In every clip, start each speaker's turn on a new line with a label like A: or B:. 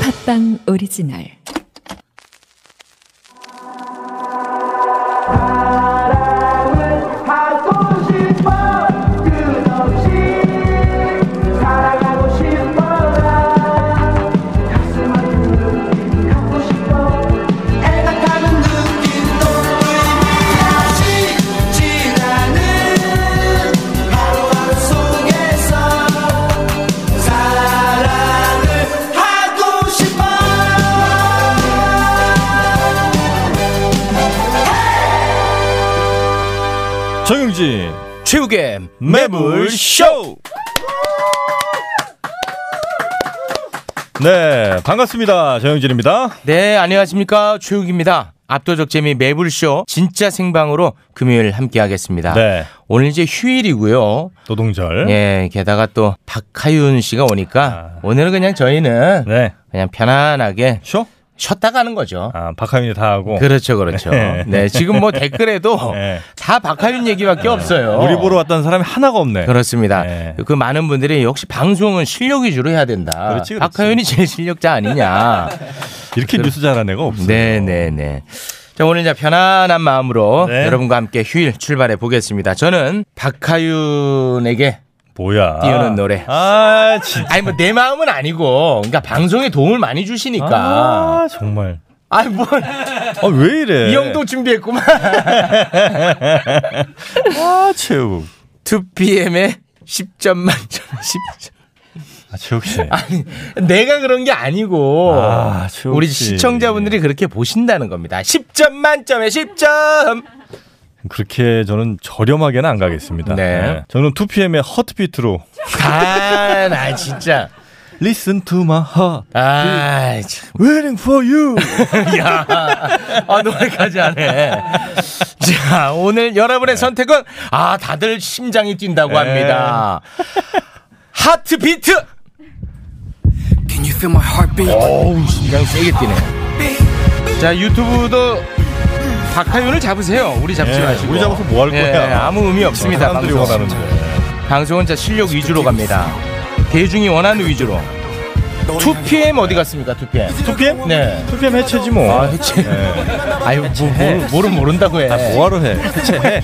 A: 팟빵 오리지널
B: 사랑을 하고 싶어 끝없이 사랑하고 싶어 나 가슴 아픈 갖고 싶어 애타는 눈길도 다시 지나는 하루하루 속에서 사랑을 하고 싶어
C: 정영진
D: 최욱의
C: 매불 쇼. 네 반갑습니다 정영진입니다.
D: 네 안녕하십니까 최욱입니다 압도적 재미 매불쇼 진짜 생방으로 금요일 함께하겠습니다
C: 네
D: 오늘 이제 휴일이고요
C: 노동절.
D: 예 게다가 또 박하윤 씨가 오니까 오늘은 그냥 저희는
C: 아. 네
D: 그냥 편안하게
C: 쇼.
D: 쉬었다 가는 거죠
C: 아 박하윤이 다 하고
D: 그렇죠 그렇죠 네 지금 뭐 댓글에도
C: 네. 아.
D: 다 박하윤 얘기밖에 없어요
C: 우리 보러 왔다는 사람이 하나가 없네.
D: 그렇습니다.
C: 네.
D: 그 많은 분들이 역시 방송은 실력 위주로 해야 된다.
C: 그렇지, 그렇지.
D: 박하윤이 제일 실력자 아니냐.
C: 이렇게 뉴스 잘하는 애가 없어.
D: 네네네. 자, 오늘 이제 편안한 마음으로
C: 네.
D: 여러분과 함께 휴일 출발해 보겠습니다. 저는 박하윤에게
C: 뭐야.
D: 띄우는 노래.
C: 아 진짜.
D: 아니 뭐 내 마음은 아니고 그러니까 방송에 도움을 많이 주시니까
C: 아 정말.
D: 아니 뭘이
C: 아 왜 이래.
D: 형도 준비했구만
C: 아 최욱.
D: 2PM의 10점 만점 10점
C: 아 최욱 씨.
D: 아니, 내가 그런 게 아니고
C: 아, 최욱
D: 우리
C: 씨.
D: 시청자분들이 그렇게 보신다는 겁니다 10점 만점에 10점
C: 그렇게 저는 저렴하게는 안 가겠습니다.
D: 네.
C: 저는 2PM의 허트비트로
D: 아나 진짜
C: Listen to my heart,
D: 아참
C: waiting for you.
D: 야, 아, 노래까지 하네. 자, 오늘
C: 네.
D: 여러분의 선택은, 아, 다들 심장이 뛴다고 합니다. 하트 비트!
E: Can you feel my heartbeat?
D: 어우, 심장 세게 뛰네. 자, 유튜브도 박하윤을 잡으세요. 우리 잡지
C: 예,
D: 마시고.
C: 우리 잡아서 뭐 할 거야?
D: 예, 아무 의미 없습니다.
C: 사람들이
D: 방송.
C: 원하는데.
D: 방송은 자 실력 위주로 갑니다. 대중이 원하는 위주로. 2PM 어디 갔습니까, 2PM?
C: 2PM?
D: 네.
C: 2PM 해체지 뭐.
D: 아, 해체. 아유, 뭐, 모르, 모르, 모른다고 네. 해.
C: 아, 뭐하러 해? 해체해.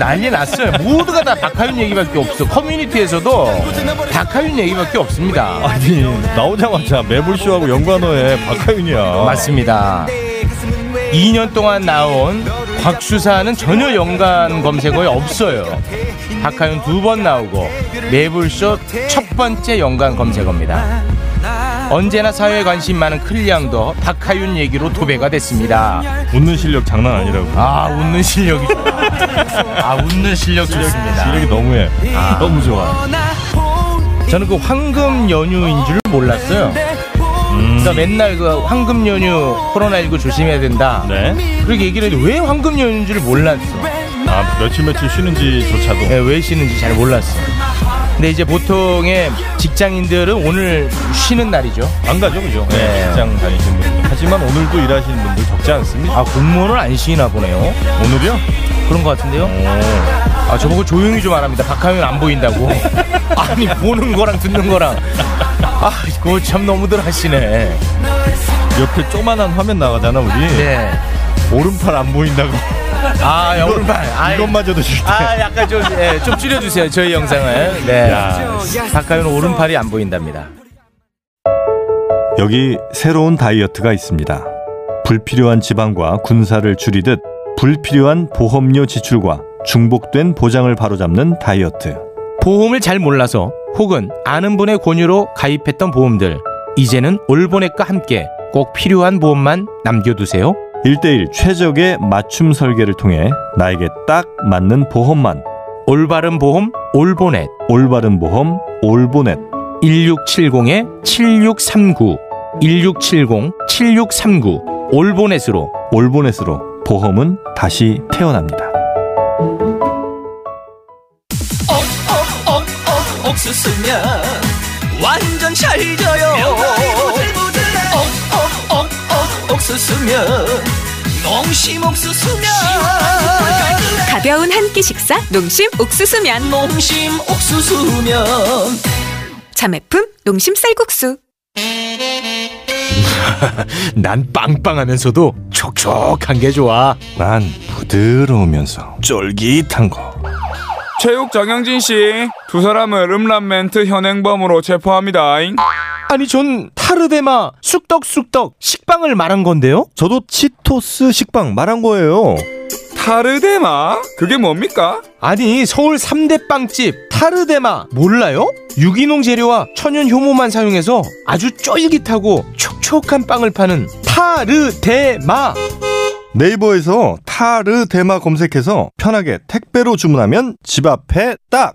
D: 난리 났어요. 모두가 다 박하윤 얘기밖에 없어. 커뮤니티에서도 박하윤 얘기밖에 없습니다.
C: 아니 나오자마자 매불쇼하고 연관어에 박하윤이야.
D: 맞습니다. 2년 동안 나온 곽수사는 전혀 연관 검색어에 없어요. 박하윤 두 번 나오고 매불쇼 첫 번째 연관 검색어입니다. 언제나 사회에 관심 많은 클리앙도 박하윤 얘기로 도배가 됐습니다.
C: 웃는 실력 장난 아니라고.
D: 아 웃는 실력이 좋아. 아 웃는 실력 좋습니다.
C: 실력이 너무해. 너무 좋아.
D: 저는 그 황금 연휴인 줄 몰랐어요.
B: 네.
D: 그러니까 맨날 그 황금 연휴 코로나19 조심해야 된다.
C: 네.
D: 그렇게 얘기를 했는데 왜 황금 연휴인지를 몰랐어.
C: 아 며칠 며칠 쉬는지조차도.
D: 예, 왜 쉬는지 잘 몰랐어. 근데 이제 보통의 직장인들은 오늘 쉬는 날이죠.
C: 안 가죠, 그죠? 네. 직장 다니시는 분들. 하지만 오늘도 일하시는 분들 적지 않습니다.
D: 아, 공무원은 안 쉬나 보네요.
C: 오늘이요?
D: 그런 것 같은데요? 아, 저보고 조용히 좀 하랍니다. 박하윤 안 보인다고. 아니, 보는 거랑 듣는 거랑. 아, 이거 참 너무들 하시네.
C: 옆에 조만한 화면 나가잖아, 우리.
D: 아. 네.
C: 오른팔 안 보인다고.
D: 아, 영울발. 아,
C: 이것마저도 싫대.
D: 아, 약간 좀, 예, 좀 줄여주세요. 저희 영상을. 네.
C: 야.
D: 박하윤 오른팔이 안 보인답니다.
C: 여기 새로운 다이어트가 있습니다. 불필요한 지방과 군사를 줄이듯 불필요한 보험료 지출과 중복된 보장을 바로잡는 다이어트.
D: 보험을 잘 몰라서 혹은 아는 분의 권유로 가입했던 보험들. 이제는 올보넷과 함께 꼭 필요한 보험만 남겨두세요.
C: 1대1 최적의 맞춤 설계를 통해 나에게 딱 맞는 보험만
D: 올바른 보험 올보넷
C: 올바른 보험 올보넷
D: 1670-7639 1670-7639 올보넷으로
C: 올보넷으로 보험은 다시 태어납니다.
F: 옥수수면 완전 잘져요 옥옥옥옥 옥수수면 농심 옥수수면
G: 가벼운 한 끼 식사 농심 옥수수면
F: 농심 옥수수면
G: 자매품 농심 쌀국수
D: 난 빵빵하면서도 촉촉한 게 좋아.
C: 난 부드러우면서 쫄깃한 거.
H: 체육 정영진 씨 두 사람을 음란멘트 현행범으로 체포합니다.
D: 아니 전 타르데마 쑥떡쑥떡 식빵을 말한 건데요.
C: 저도 치토스 식빵 말한 거예요.
H: 타르데마 그게 뭡니까?
D: 아니 서울 3대 빵집 타르데마 몰라요? 유기농 재료와 천연 효모만 사용해서 아주 쫄깃하고 촉촉한 빵을 파는 타르데마.
C: 네이버에서 타르데마 검색해서 편하게 택배로 주문하면 집 앞에 딱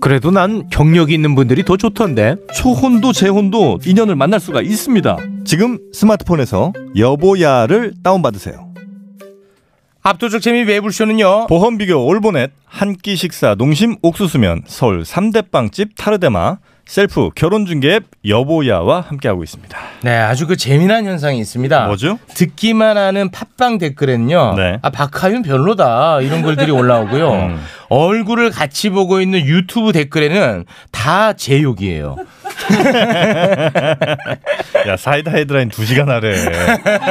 D: 그래도 난 경력이 있는 분들이 더 좋던데.
C: 초혼도 재혼도 인연을 만날 수가 있습니다. 지금 스마트폰에서 여보야를 다운받으세요.
D: 압도적 재미 매불쇼는요.
C: 어. 보험 비교 올보넷 한 끼 식사 농심 옥수수면 서울 3대 빵집 타르데마 셀프 결혼 중개 앱 여보야와 함께하고 있습니다.
D: 네, 아주 그 재미난 현상이 있습니다.
C: 뭐죠?
D: 듣기만 하는 팟빵 댓글에는요.
C: 네.
D: 아, 박하윤 별로다. 이런 글들이 올라오고요.
C: 음.
D: 얼굴을 같이 보고 있는 유튜브 댓글에는 다 제 욕이에요.
C: 네. 야 사이다 헤드라인 2시간 하래.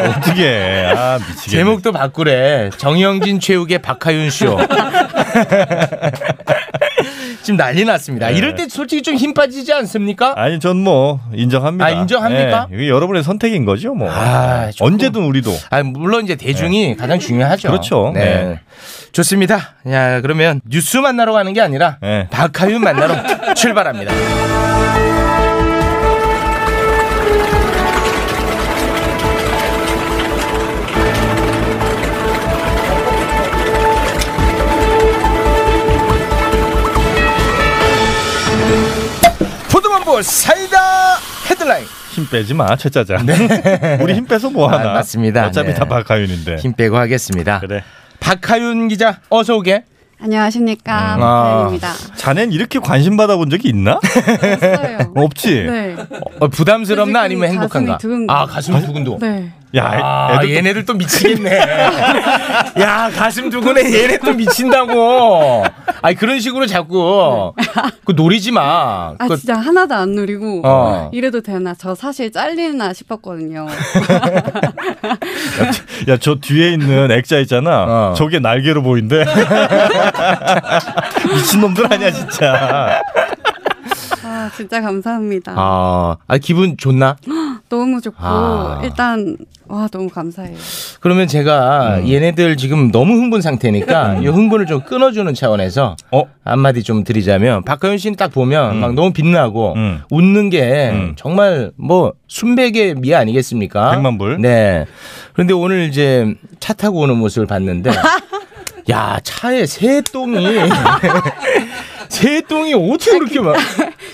C: 어떻게 해. 아 미치겠네.
D: 제목도 바꾸래. 정영진 최욱의 박하윤 쇼. 지금 난리 났습니다.
C: 네.
D: 이럴 때 솔직히 좀 힘 빠지지 않습니까?
C: 아니 전 뭐 인정합니다.
D: 아, 인정합니까?
C: 예, 이게 여러분의 선택인 거죠 뭐.
D: 아, 조금.
C: 언제든 우리도
D: 아, 물론 이제 대중이 가장 중요하죠.
C: 그렇죠.
D: 네.
C: 네.
D: 좋습니다. 야, 그러면 뉴스 만나러 가는 게 아니라
C: 네.
D: 박하윤 만나러 출발합니다. 포도만보 사이다 헤드라인
C: 힘 빼지 마 최짜자. 우리 힘 빼서 뭐 하나.
D: 아, 맞습니다.
C: 어차피
D: 네.
C: 다 박하윤인데.
D: 힘 빼고 하겠습니다.
C: 그래.
D: 박하윤 기자 어서 오게.
I: 안녕하십니까
D: 음.
I: 박하연입니다.
C: 자넨 이렇게 관심 받아본 적이 있나?
I: 없어요.
C: 없지.
I: 네.
D: 어, 부담스럽나 아니면
I: 솔직히
D: 행복한가?
I: 가슴이 두근거.
D: 아 가슴 두근도.
I: 네.
C: 야,
D: 아,
C: 애들
D: 얘네들 또 미치겠네. 야, 가슴 두근에 얘네 또 미친다고. 아니, 그런 식으로 자꾸. 그 노리지 마.
I: 네. 아
D: 그거
I: 진짜 하나도 안 누리고
D: 어.
I: 이래도 되나 저 사실 잘리나 싶었거든요.
C: 야, 저 뒤에 있는 액자 있잖아.
D: 어.
C: 저게 날개로 보인대. 미친놈들 아니야, 진짜.
I: 아 진짜 감사합니다.
D: 아, 아, 기분 좋나?
I: 너무 좋고
D: 아.
I: 일단 와 너무 감사해요.
D: 그러면 제가
C: 음.
D: 얘네들 지금 너무 흥분 상태니까 이 흥분을 좀 끊어주는 차원에서
C: 어?
D: 한마디 좀 드리자면 박가윤 씨는 딱 보면 막 너무 빛나고
C: 음.
D: 웃는 게
C: 음.
D: 정말 뭐 순백의 미 아니겠습니까?
C: 백만 불.
D: 네. 그런데 오늘 이제 차 타고 오는 모습을 봤는데 야 차에 새 똥이 새 똥이 어떻게 그렇게 많?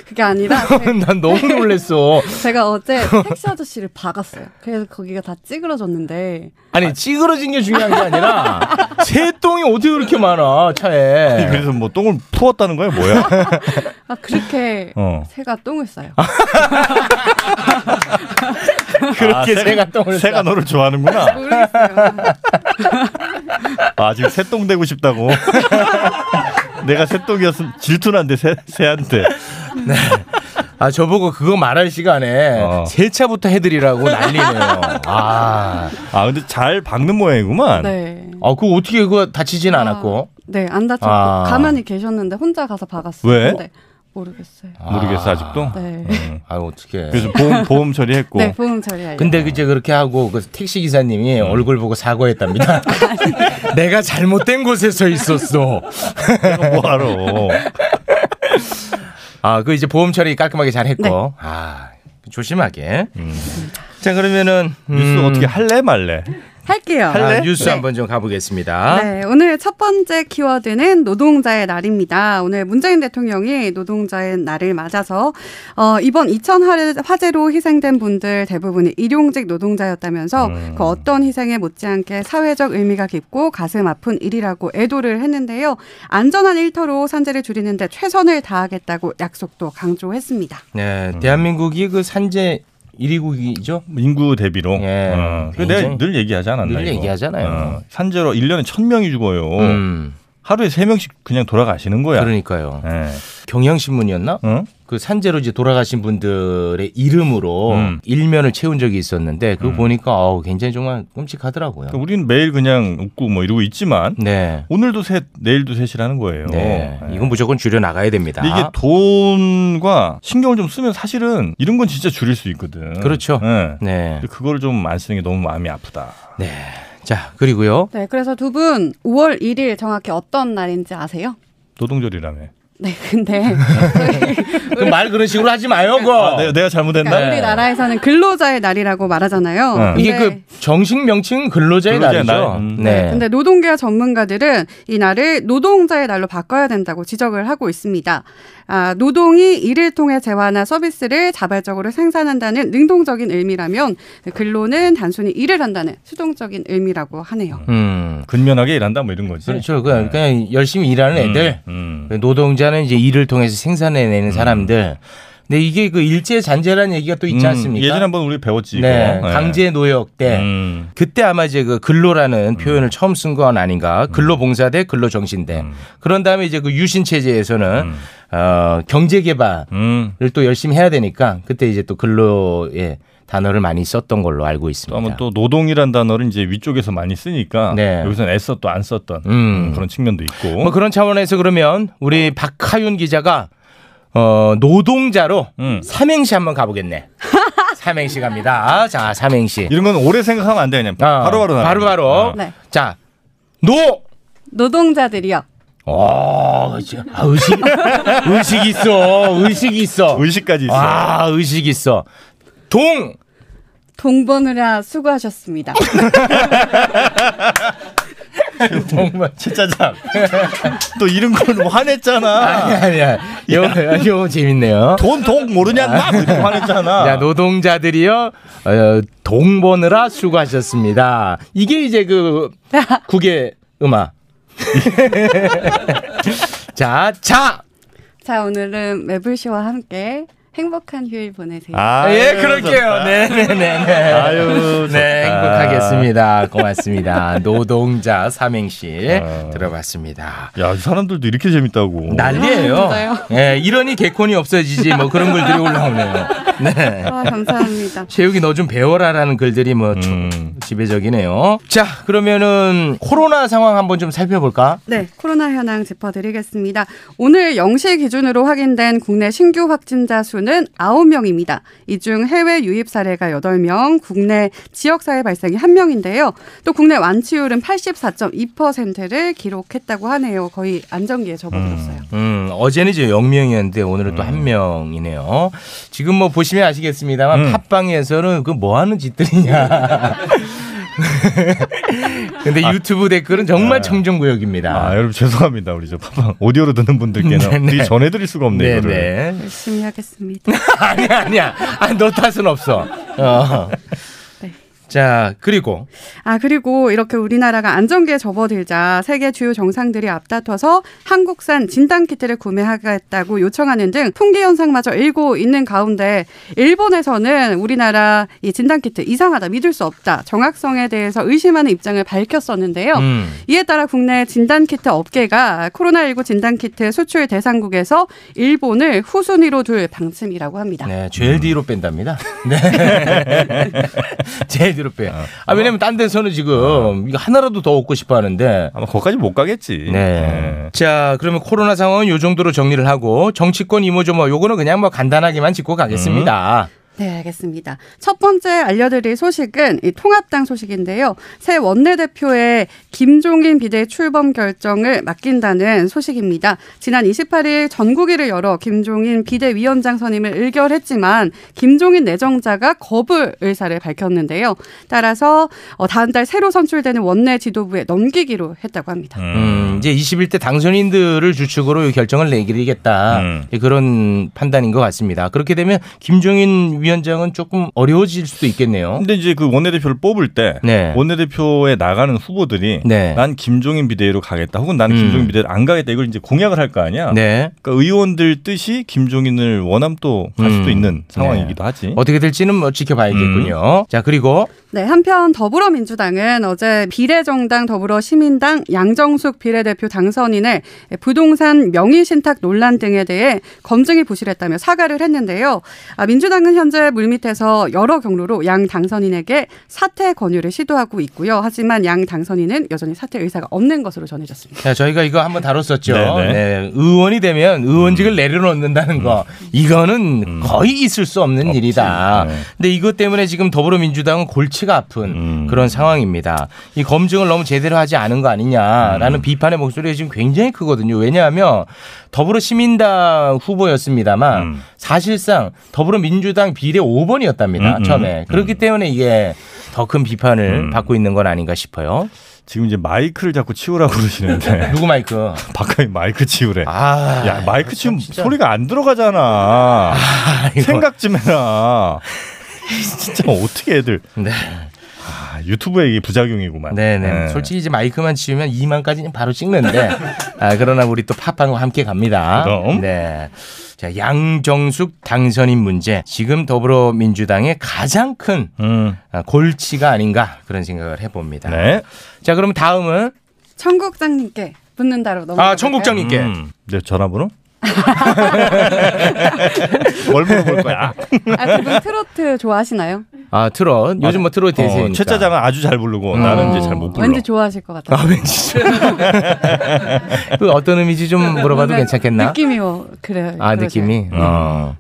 I: 그게 아니라 제-
D: 난 너무 놀랐어.
I: 제가 어제 택시 아저씨를 박았어요. 그래서 거기가 다 찌그러졌는데
D: 아니 찌그러진 게 중요한 게 아니라 새 똥이 어떻게 그렇게 많아 차에?
C: 그래서 뭐 똥을 풀었다는 거야, 뭐야?
I: 아 그렇게
C: 어.
I: 새가 똥을 싸요.
D: 그렇게
C: 아, 새-
D: 새가 똥을
C: 새가
D: 싸.
C: 너를 좋아하는구나.
I: 모르겠어요.
C: 아, 지금 새똥 되고 싶다고. 내가 새똥이었으면 질투난데 새, 새한테.
D: 아 저보고 그거 말할 시간에
C: 어.
D: 새 차부터 해드리라고 난리네요. 아,
C: 아, 근데 잘 박는 모양이구만.
I: 네.
D: 아 그거 어떻게 그거 다치진 않았고?
I: 네, 안 다쳤고
D: 아.
I: 가만히 계셨는데 혼자 가서 박았어요.
C: 왜?
I: 근데 모르겠어요.
C: 모르겠어, 아직도.
I: 네.
D: 아 어떻게?
C: 그래서 보험, 보험 처리했고.
I: 네, 보험 처리할.
D: 근데 이제 그렇게 하고 그 택시 기사님이
C: 음.
D: 얼굴 보고 사과했답니다. 내가 잘못된 곳에서 있었어.
C: 뭐하러.
D: 아, 그 이제 보험 처리 깔끔하게 잘 했고.
I: 네.
D: 아, 조심하게. 자, 그러면은
C: 뉴스 어떻게 할래, 네. 말래?
I: 할게요.
D: 아, 뉴스 한번 좀 가보겠습니다.
I: 네, 오늘 첫 번째 키워드는 노동자의 날입니다. 오늘 문재인 대통령이 노동자의 날을 맞아서 어, 이번 이천 화- 화재로 희생된 분들 대부분이 일용직 노동자였다면서
D: 음.
I: 그 어떤 희생에 못지않게 사회적 의미가 깊고 가슴 아픈 일이라고 애도를 했는데요. 안전한 일터로 산재를 줄이는데 최선을 다하겠다고 약속도 강조했습니다.
D: 네, 대한민국이 그 산재 1위국이죠.
C: 인구 대비로.
D: 예.
C: 어, 그거
D: 굉장히-
C: 내가 늘 얘기하지 않았나?
D: 늘
C: 이거?
D: 얘기하잖아요.
C: 어, 산재로 1년에 1000명이 죽어요.
D: 음,
C: 하루에 3명씩 그냥 돌아가시는 거야.
D: 그러니까요.
C: 예. 어?
D: 경향신문이었나?
C: 응?
D: 그 산재로 이제 돌아가신 분들의 이름으로
C: 음.
D: 일면을 채운 적이 있었는데 그거 보니까 어우, 굉장히 정말 끔찍하더라고요.
C: 그러니까 우리는 매일 그냥 웃고 뭐 이러고 있지만
D: 네.
C: 오늘도 셋, 내일도 셋이라는 거예요.
D: 네.
C: 예.
D: 이건 무조건 줄여 나가야 됩니다.
C: 근데 이게 돈과 신경을 좀 쓰면 사실은 이런 건 진짜 줄일 수 있거든.
D: 그렇죠.
C: 예.
D: 네.
C: 근데 그걸 좀 안 쓰는 게 너무 마음이 아프다.
D: 자, 그리고요.
I: 네, 그래서 두 분 5월 1일 정확히 어떤 날인지 아세요?
C: 노동절이라며.
I: 네, 근데
D: 그럼 말 그런 식으로 하지 마요, 그거.
C: 아, 내, 내가 잘못했나?
D: 네.
I: 그러니까 우리나라에서는 근로자의 날이라고 말하잖아요.
C: 네.
D: 이게
I: 근데-
D: 그 정식 명칭 은 근로자의,
C: 근로자의
D: 날이죠.
C: 날. 음.
D: 네.
I: 근데 노동계와 전문가들은 이 날을 노동자의 날로 바꿔야 된다고 지적을 하고 있습니다. 아, 노동이 일을 통해 재화나 서비스를 자발적으로 생산한다는 능동적인 의미라면 근로는 단순히 일을 한다는 수동적인 의미라고 하네요.
D: 음.
C: 근면하게 일한다 뭐 이런 거지.
D: 그렇죠. 네, 그냥, 그냥 열심히 일하는 애들. 그
C: 음.
D: 노동자는 이제 일을 통해서 생산해내는 사람들. 근데 이게 그 일제 잔재라는 얘기가 또 있지
C: 음,
D: 않습니까?
C: 예전에 한번 우리 배웠지.
D: 네,
C: 이거. 네.
D: 강제 노역 때
C: 음.
D: 그때 아마 이제 그 근로라는 표현을 처음 쓴 건 아닌가. 근로봉사대, 근로정신대. 그런 다음에 이제 그 유신 체제에서는 어, 경제개발을
C: 음.
D: 또 열심히 해야 되니까 그때 이제 또 근로의 단어를 많이 썼던 걸로 알고
C: 또 한번
D: 있습니다.
C: 또 노동이란 단어를 이제 위쪽에서 많이 쓰니까
D: 네.
C: 여기서는 애써 또안 썼던
D: 음.
C: 그런 측면도 있고.
D: 뭐 그런 차원에서 그러면
C: 어.
D: 우리 박하윤 기자가 어, 노동자로
C: 음.
D: 삼행시 한번 가보겠네. 삼행시 갑니다. 아, 자, 삼행시.
C: 이런 건 오래 생각하면 안 돼. 그냥
D: 아,
C: 바로바로 어. 나가는
D: 바로
C: 거야.
D: 바로.
I: 네.
D: 자, 노.
I: 노동자들이요.
D: 어, 의식, 아, 의식, 의식 있어, 의식 있어.
C: 의식까지 있어.
D: 아, 의식 있어. 동.
I: 동번으라 수고하셨습니다.
D: 정말.
C: 진짜장. 또 이런 걸뭐 화냈잖아.
D: 아니, 아니, 요, 요, 재밌네요.
C: 돈, 돈 모르냐, 나! 뭐 이렇게 화냈잖아.
D: 야, 노동자들이요, 어, 동 보느라 수고하셨습니다. 이게 이제 그, 국의 음악. 자, 자!
I: 자, 오늘은 매블쇼와 함께 행복한 휴일 보내세요.
C: 아,
D: 예, 그럴게요. 네네네네.
C: 아유,
D: 네,
C: 좋다.
D: 행복하겠습니다. 고맙습니다. 노동자 삼행시
C: 어.
D: 들어봤습니다.
C: 야, 이 사람들도 이렇게 재밌다고.
D: 난리예요.
I: 아, 진짜요?
D: 예, 이러니 개콘이 없어지지 뭐 그런 글들이 올라오네요. 네.
I: 아, 감사합니다.
D: 체육이 너 좀 배워라라는 글들이 뭐 조-
C: 음.
D: 지배적이네요. 자, 그러면은 코로나 상황 한번 좀 살펴볼까?
I: 네, 코로나 현황 짚어드리겠습니다. 오늘 0시 기준으로 확인된 국내 신규 확진자 수는 9명입니다. 이 중 해외 유입 사례가 8명, 국내 지역 사회 발생이 1명인데요. 또 국내 완치율은 84.2%를 기록했다고 하네요. 거의 안정기에 접어들었어요.
D: 음, 어제는 이제 0명이었는데 오늘은
C: 음.
D: 또 한 명이네요. 지금 뭐 보시면
C: 음.
D: 아시겠습니다만 팟빵에서는 그 뭐 하는 짓들이냐. 근데 유튜브 댓글은 정말 청정구역입니다.
C: 네. 아, 여러분 죄송합니다. 우리 저 팝빵 오디오로 듣는 분들께는
D: 네, 네.
C: 우리 전해드릴 수가 없네 요 이거를.
D: 네네.
I: 열심히 하겠습니다.
D: 아니야, 아니야. 아니, 너 탓은 없어. 어. 자, 그리고
I: 아, 그리고 이렇게 우리나라가 안정기에 접어들자 세계 주요 정상들이 앞다퉈서 한국산 진단키트를 구매하겠다고 요청하는 등 통계 현상마저 일고 있는 가운데 일본에서는 우리나라 이 진단키트 이상하다, 믿을 수 없다, 정확성에 대해서 의심하는 입장을 밝혔었는데요.
D: 음.
I: 이에 따라 국내 진단키트 업계가 코로나19 진단키트 수출 대상국에서 일본을 후순위로 둘 방침이라고 합니다.
D: 네, 제일 뒤로 뺀답니다. 네. 제일 뒤로 빼. 아, 왜냐면 딴 데서는 지금 이거 하나라도 더 얻고 싶어 하는데
C: 아마 예. 거기까지 못 가겠지.
D: 네. 자, 그러면 코로나 상황은 요 정도로 정리를 하고 정치권 이모저모 요거는 그냥 뭐 간단하게만 짚고 가겠습니다.
I: 네, 알겠습니다. 첫 번째 알려드릴 소식은 이 통합당 소식인데요. 새 원내대표의 김종인 비대 출범 결정을 맡긴다는 소식입니다. 지난 28일 전국일을 열어 김종인 비대위원장 선임을 의결했지만 김종인 내정자가 거부 의사를 밝혔는데요. 따라서 어, 다음 달 새로 선출되는 원내 지도부에 넘기기로 했다고 합니다.
D: 음, 이제 21대 당선인들을 주축으로 이 결정을 내리겠다
C: 음.
D: 예, 그런 판단인 것 같습니다. 그렇게 되면 김종인 위원장은 조금 어려워질 수도 있겠네요.
C: 근데 이제 그 원내대표를 뽑을 때
D: 네.
C: 원내대표에 나가는 후보들이
D: 네.
C: 난 김종인 비대위로 가겠다 혹은 나는
D: 음.
C: 김종인 비대위로 안 가겠다 이걸 이제 공약을 할 거 아니야.
D: 네.
C: 그러니까 의원들 뜻이 김종인을 원함 또 갈 수도
D: 음.
C: 있는 상황이기도 하지.
D: 어떻게 될지는 뭐 지켜봐야겠군요.
C: 음.
D: 자 그리고
I: 네, 한편 더불어민주당은 어제 비례정당 더불어시민당 양정숙 비례대표 당선인의 부동산 명의신탁 논란 등에 대해 검증이 부실했다며 사과를 했는데요. 아, 민주당은 현재 물밑에서 여러 경로로 양 당선인에게 사퇴 권유를 시도하고 있고요. 하지만 양 당선인은 여전히 사퇴 의사가 없는 것으로 전해졌습니다.
D: 자, 저희가 이거 한번 다뤘었죠.
C: 네네. 음.
D: 네, 의원이 되면 의원직을 내려놓는다는 거 이거는 거의 있을 수 없는 일이다.
C: 네.
D: 근데 이것 때문에 지금 더불어민주당은 골치가 아픈
C: 음.
D: 그런 상황입니다. 이 검증을 너무 제대로 하지 않은 거
C: 음.
D: 아니냐라는 비판의 목소리가 지금 굉장히 크거든요. 왜냐하면 더불어시민당 후보였습니다만
C: 음.
D: 사실상 더불어민주당 비례 5번이었답니다.
C: 음, 음,
D: 처음에
C: 음.
D: 그렇기 때문에 이게 더 큰 비판을
C: 음.
D: 받고 있는 건 아닌가 싶어요.
C: 지금 이제 마이크를 자꾸 치우라고 그러시는데
D: 누구 마이크?
C: 바깥에 마이크 치우래.
D: 아,
C: 야 마이크 치우면
D: 진짜.
C: 소리가 안 들어가잖아.
D: 아이고.
C: 생각 좀 해라. 진짜 어떻게 애들
D: 네.
C: 아, 유튜브의 이게 부작용이구만.
D: 네네.
C: 네.
D: 솔직히 이제 마이크만 치우면 2만까지는 바로 찍는데, 아, 그러나 우리 또 팝빵과 함께 갑니다.
C: 그럼.
D: 네. 자, 양정숙 당선인 문제. 지금 더불어민주당의 가장 큰
C: 음.
D: 아, 골치가 아닌가 그런 생각을 해봅니다.
C: 네.
D: 자, 그럼 다음은.
I: 청국장님께 묻는다로 넘어.
D: 아, 청국장님께.
C: 음. 내 전화번호? 뭘 물어볼 거야?
I: 아, 두분 트로트 좋아하시나요?
D: 아, 트롯. 요즘 뭐 트롯 대세니까. 음.
C: 어, 최 짜장은 아주 잘 부르고 나는 이제 잘 못 불러.
I: 왠지 좋아하실 것 같아요.
D: 아, 왠지. 그 어떤 의미인지 좀 물어봐도
I: 네, 뭔가
D: 괜찮겠나?
I: 느낌이 뭐 그래요.
D: 아,
I: 그러세요.
D: 느낌이. 어.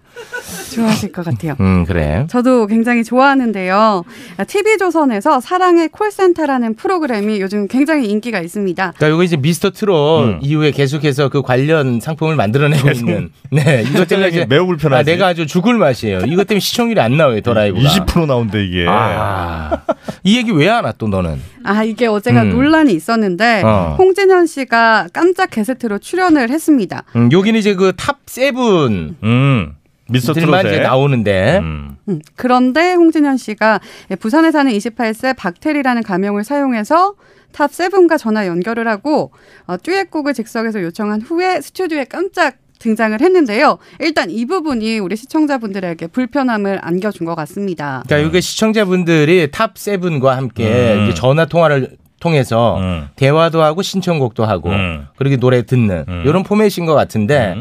I: 좋아하실 것 같아요.
D: 음, 그래.
I: 저도 굉장히 좋아하는데요. TV조선에서 사랑의 콜센터라는 프로그램이 요즘 굉장히 인기가 있습니다.
D: 그러니까 이거 이제 미스터 트롯
C: 음.
D: 이후에 계속해서 그 관련 상품을 만들어내고 있는. 네, 이것 때문에 이제
C: 매우 불편하지.
D: 아, 내가 아주 죽을 맛이에요. 이것 때문에 시청률이 안 나와요, 더라이브가.
C: 20% 나온대 이게.
D: 아, 이 얘기 왜 안 왔또 너는?
I: 아 이게 어제가
D: 음.
I: 논란이 있었는데
D: 어.
I: 홍진현 씨가 깜짝 게스트로 출연을 했습니다.
D: 음, 여기는 이제 그 탑 세븐
C: 음. 미스터
D: 들만
C: 트롯에
D: 이제 나오는데.
C: 음.
I: 음, 그런데 홍진현 씨가 부산에 사는 28세 박태리라는 가명을 사용해서 탑 세븐과 전화 연결을 하고 어, 듀엣곡을 즉석에서 요청한 후에 스튜디오에 깜짝 등장을 했는데요. 일단 이 부분이 우리 시청자분들에게 불편함을 안겨준 것 같습니다.
D: 그러니까 여기 시청자분들이 탑 세븐과 함께
C: 음.
D: 이제 전화 통화를 통해서
C: 음.
D: 대화도 하고 신청곡도 하고
C: 음.
D: 그렇게 노래 듣는
C: 음.
D: 이런 포맷인 것 같은데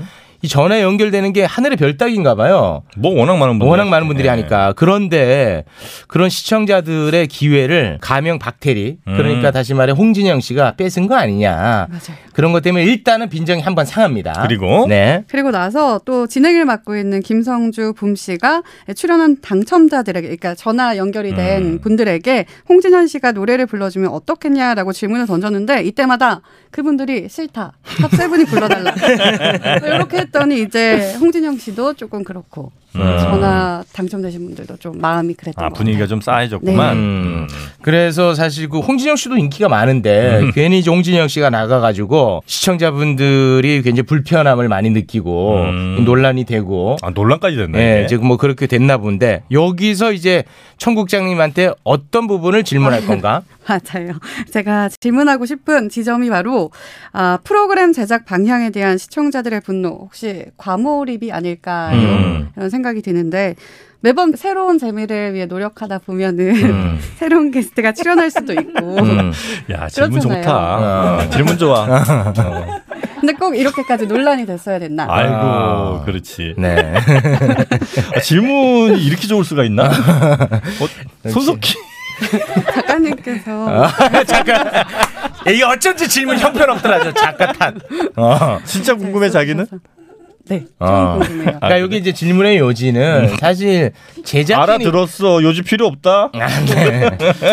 D: 이 전화 연결되는 게 하늘의 별따기인가 봐요.
C: 뭐 워낙 많은 분들.
D: 워낙 많은 분들이
C: 예.
D: 하니까 그런데 그런 시청자들의 기회를 가명 박태리 그러니까
C: 음.
D: 다시 말해 홍진영 씨가 뺏은 거 아니냐
I: 맞아요.
D: 그런 것 때문에 일단은 빈정이 한 번 상합니다.
C: 그리고?
D: 네.
I: 그리고 나서 또 진행을 맡고 있는 김성주 붐 씨가 출연한 당첨자들에게, 그러니까 전화 연결이 된
C: 음.
I: 분들에게 홍진현 씨가 노래를 불러주면 어떻겠냐라고 질문을 던졌는데 이때마다 그분들이 싫다, 탑세븐이 불러달라 뭐 이렇게 했더니 이제 홍진영 씨도 조금 그렇고
C: 음.
I: 전화 당첨되신 분들도 좀 마음이 그랬던
C: 아
I: 것
C: 분위기가
I: 같아요.
C: 좀 싸해졌구만.
I: 네.
D: 음. 그래서 사실 그 홍진영 씨도 인기가 많은데
C: 음.
D: 괜히 이제 홍진영 씨가 나가가지고 시청자분들이 굉장히 불편함을 많이 느끼고
C: 음.
D: 논란이 되고
C: 아 논란까지 됐네.
D: 예,
C: 이게.
D: 지금 뭐 그렇게 됐나 본데 여기서 이제 청국장님한테 어떤 부분을 질문할 건가?
I: 맞아요. 제가 질문하고 싶은 지점이 바로 아, 프로그램 제작 방향에 대한 시청자들의 분노 혹시 과몰입이 아닐까요?
C: 음.
I: 이런 생각이 드는데 매번 새로운 재미를 위해 노력하다 보면은
D: 음.
I: 새로운 게스트가 출연할 수도 있고
D: 음.
C: 야 질문
I: 그렇잖아요.
C: 좋다. 어, 질문 좋아.
I: 근데 꼭 이렇게까지 논란이 됐어야 됐나?
C: 아이고
D: 아.
C: 그렇지.
D: 네.
C: 아, 질문이 이렇게 좋을 수가 있나? 어, 손석희.
D: 아.
I: 작가님께서
D: 잠깐.
C: 예,
D: 이게 어쩐지 질문 형편없더라. 저 작가 탄.
C: 아, 진짜 궁금해 자기는?
I: 네, 좀
D: 아.
I: 궁금해요.
D: 그러니까 여기 이제 질문의 요지는 사실 제작진 입-
C: 음. 알아들었어. 요지 필요 없다.
D: 네.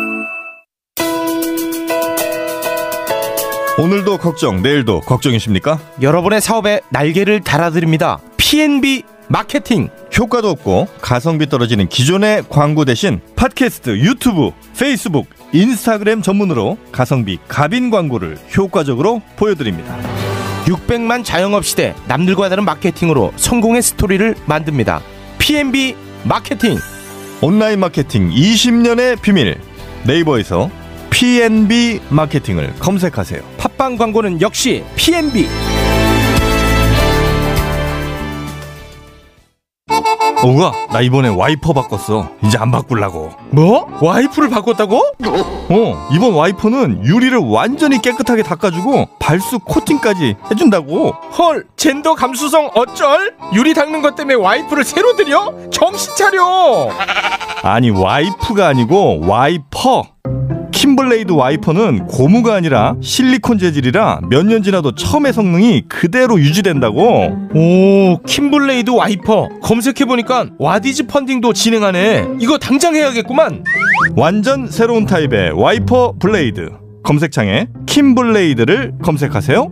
C: 오늘도 걱정, 내일도 걱정이십니까?
D: 여러분의 사업에 날개를 달아드립니다. PNB 마케팅.
C: 효과도 없고 가성비 떨어지는 기존의 광고 대신 팟캐스트, 유튜브, 페이스북, 인스타그램 전문으로 가성비 갑인 광고를 효과적으로 보여드립니다.
D: 600만 자영업 시대 남들과 다른 마케팅으로 성공의 스토리를 만듭니다. PNB 마케팅.
C: 온라인 마케팅 20년의 비밀 네이버에서 PNB 마케팅을 검색하세요.
D: 팟빵 광고는 역시 PNB.
C: 우와, 나 이번에 와이퍼 바꿨어. 이제 안 바꾸려고.
D: 뭐? 와이프를 바꿨다고?
C: 어, 이번 와이퍼는 유리를 완전히 깨끗하게 닦아주고 발수 코팅까지 해준다고.
D: 헐, 젠더 감수성 어쩔? 유리 닦는 것 때문에 와이프를 새로 들여? 정신 차려.
C: 아니 와이프가 아니고 와이퍼 킴블레이드 와이퍼는 고무가 아니라 실리콘 재질이라 몇 년 지나도 처음의 성능이 그대로 유지된다고
D: 오, 킴블레이드 와이퍼. 검색해 보니까 와디즈 펀딩도 진행하네. 이거 당장 해야겠구만.
C: 완전 새로운 타입의 와이퍼 블레이드 검색창에 킴블레이드를 검색하세요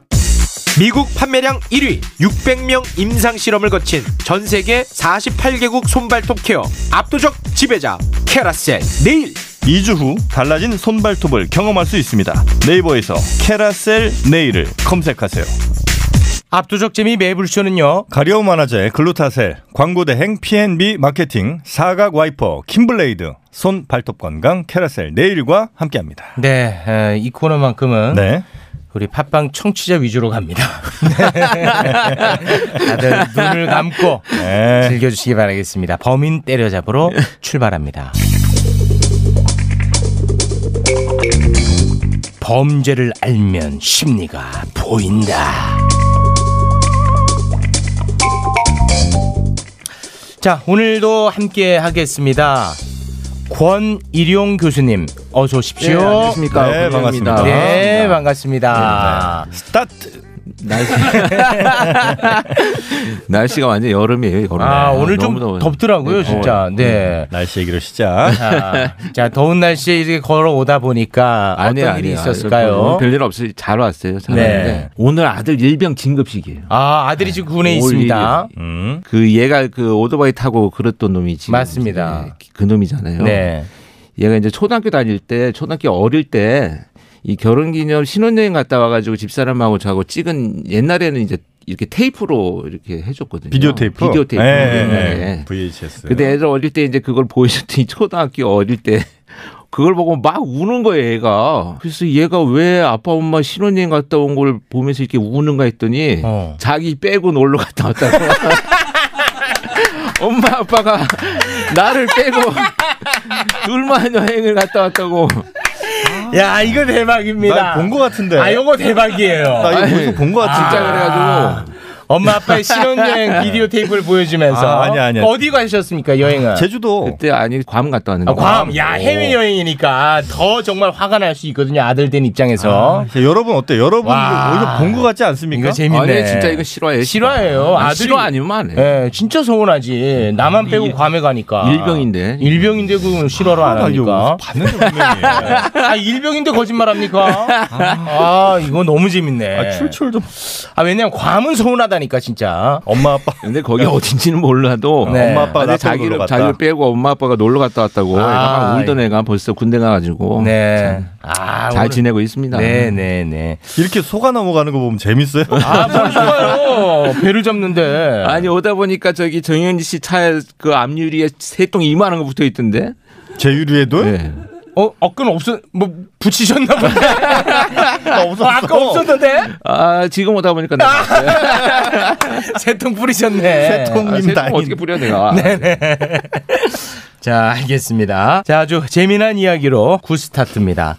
D: 미국 판매량 1위, 600명 임상 실험을 거친 전 세계 48개국 손발톱 케어 압도적 지배자 캐라셀 네일.
C: 2주 후 달라진 손발톱을 경험할 수 있습니다 네이버에서 캐라셀 네일을 검색하세요
D: 압도적 재미 매불쇼는요.
C: 가려움 완화제 글루타셀 광고대행 PNB 마케팅 사각 와이퍼 킴블레이드 손발톱 건강 캐라셀 네일과 함께합니다
D: 네, 에, 이 코너만큼은
C: 네
D: 우리 팟빵 청취자 위주로 갑니다. 다들 눈을 감고
C: 네.
D: 즐겨주시기 바라겠습니다. 범인 때려잡으러 출발합니다. 범죄를 알면 심리가 보인다. 자, 오늘도 함께 하겠습니다. 권일용 교수님, 어서 오십시오.
J: 네,
C: 반갑습니다.
D: 네, 반갑습니다.
C: 스타트
K: 날씨 날씨가 완전 여름이에요. 여름.
D: 아, 오늘 좀 덥더라고요, 진짜.
K: 어,
D: 네.
J: 날씨 얘기로 시작.
D: 자, 자, 더운 날씨에 이제 걸어오다 보니까
K: 아니요,
D: 어떤 일이
K: 아니요.
D: 있었을까요?
K: 오늘 별일 없이 잘 왔어요. 잘
D: 네.
K: 왔는데 오늘 아들 일병 진급식이에요.
D: 아, 아들이 지금 군에 있습니다.
K: 그 얘가 그 오토바이 타고 그랬던 놈이 지금 맞습니다. 그 놈이잖아요.
D: 네.
K: 얘가 이제 초등학교 다닐 때, 초등학교 어릴 때 이 결혼기념 신혼여행 갔다 와가지고 집사람하고 저하고 찍은 옛날에는 이제 이렇게 테이프로 이렇게 해줬거든요.
J: 비디오 테이프.
K: 비디오 테이프.
J: 예,
K: 옛날에.
J: 예, 예. VHS.
K: 근데 애들 어릴 때 이제 그걸 보여줬더니 초등학교 어릴 때 그걸 보고 막 우는 거예요, 얘가. 그래서 얘가 왜 아빠 엄마 신혼여행 갔다 온 걸 보면서 이렇게 우는가 했더니
D: 어.
K: 자기 빼고 놀러 갔다 왔다고. 엄마 아빠가 나를 빼고 둘만 여행을 갔다 왔다고.
D: 야, 이거 대박입니다.
K: 나본것
J: 같은데.
D: 아, 요거 대박이에요.
J: 나 이거 벌써 본것 같은데.
D: 진짜 그래가지고. 엄마 아빠의 신혼여행 비디오 테이프를 보여주면서
K: 아, 아니야, 아니야.
D: 어디 가셨습니까 여행은?
K: 그때 아니 괌 갔다 왔는데.
D: 아, 괌. 야 해외 여행이니까 아, 더 정말 화가 날 수 있거든요 아들 된 입장에서.
J: 여러분 어때? 여러분 오히려 본것 같지 않습니까?
D: 이거 재밌네.
K: 아니, 진짜 이거 실화예요, 실화.
D: 실화예요.
K: 아니,
D: 아들이
K: 실화 아니면 안 해.
D: 예, 진짜 서운하지. 나만 빼고 괌에 가니까.
K: 네. 일병인데.
D: 일병인데 그 실화로
J: 아,
D: 안 하니까. 봤는데 아 일병인데 거짓말합니까? 아 이거 너무 재밌네.
J: 아, 출출도.
D: 아 왜냐면 괌은 서운하다니까 진짜.
J: 엄마 아빠.
K: 근데 거기 어딘지는 몰라도
D: 네.
K: 엄마 아빠가
D: 근데
K: 자기를
D: 놀러 갔다.
K: 자기를 빼고 엄마 아빠가 놀러 갔다 왔다고
D: 아,
K: 얘가 막 울던 애가 벌써 군대 가가지고
D: 네.
K: 잘
D: 오늘-
K: 지내고 있습니다.
D: 네네네. 아,
J: 이렇게 속아 넘어가는 거 보면 재밌어요.
K: 네.
D: 아뭘봐요 배를 잡는데.
K: 아, 아니 오다 보니까 저기 정현지 씨 차에 그 앞유리에 세통 이만한 거 붙어 있던데. 네.
J: 제 유리에도?
D: 어 아까는 없었 뭐 붙이셨나 보네.
K: 네.
J: 없었어.
D: 아까 없었는데.
K: 아 지금 오다 보니까 아, 나
D: 새통 뿌리셨네.
K: 새통님
D: 새통
K: 다행.
D: 어떻게 뿌려 내가.
K: 네네.
D: 자 알겠습니다. 자 아주 재미난 이야기로 굿스타트입니다.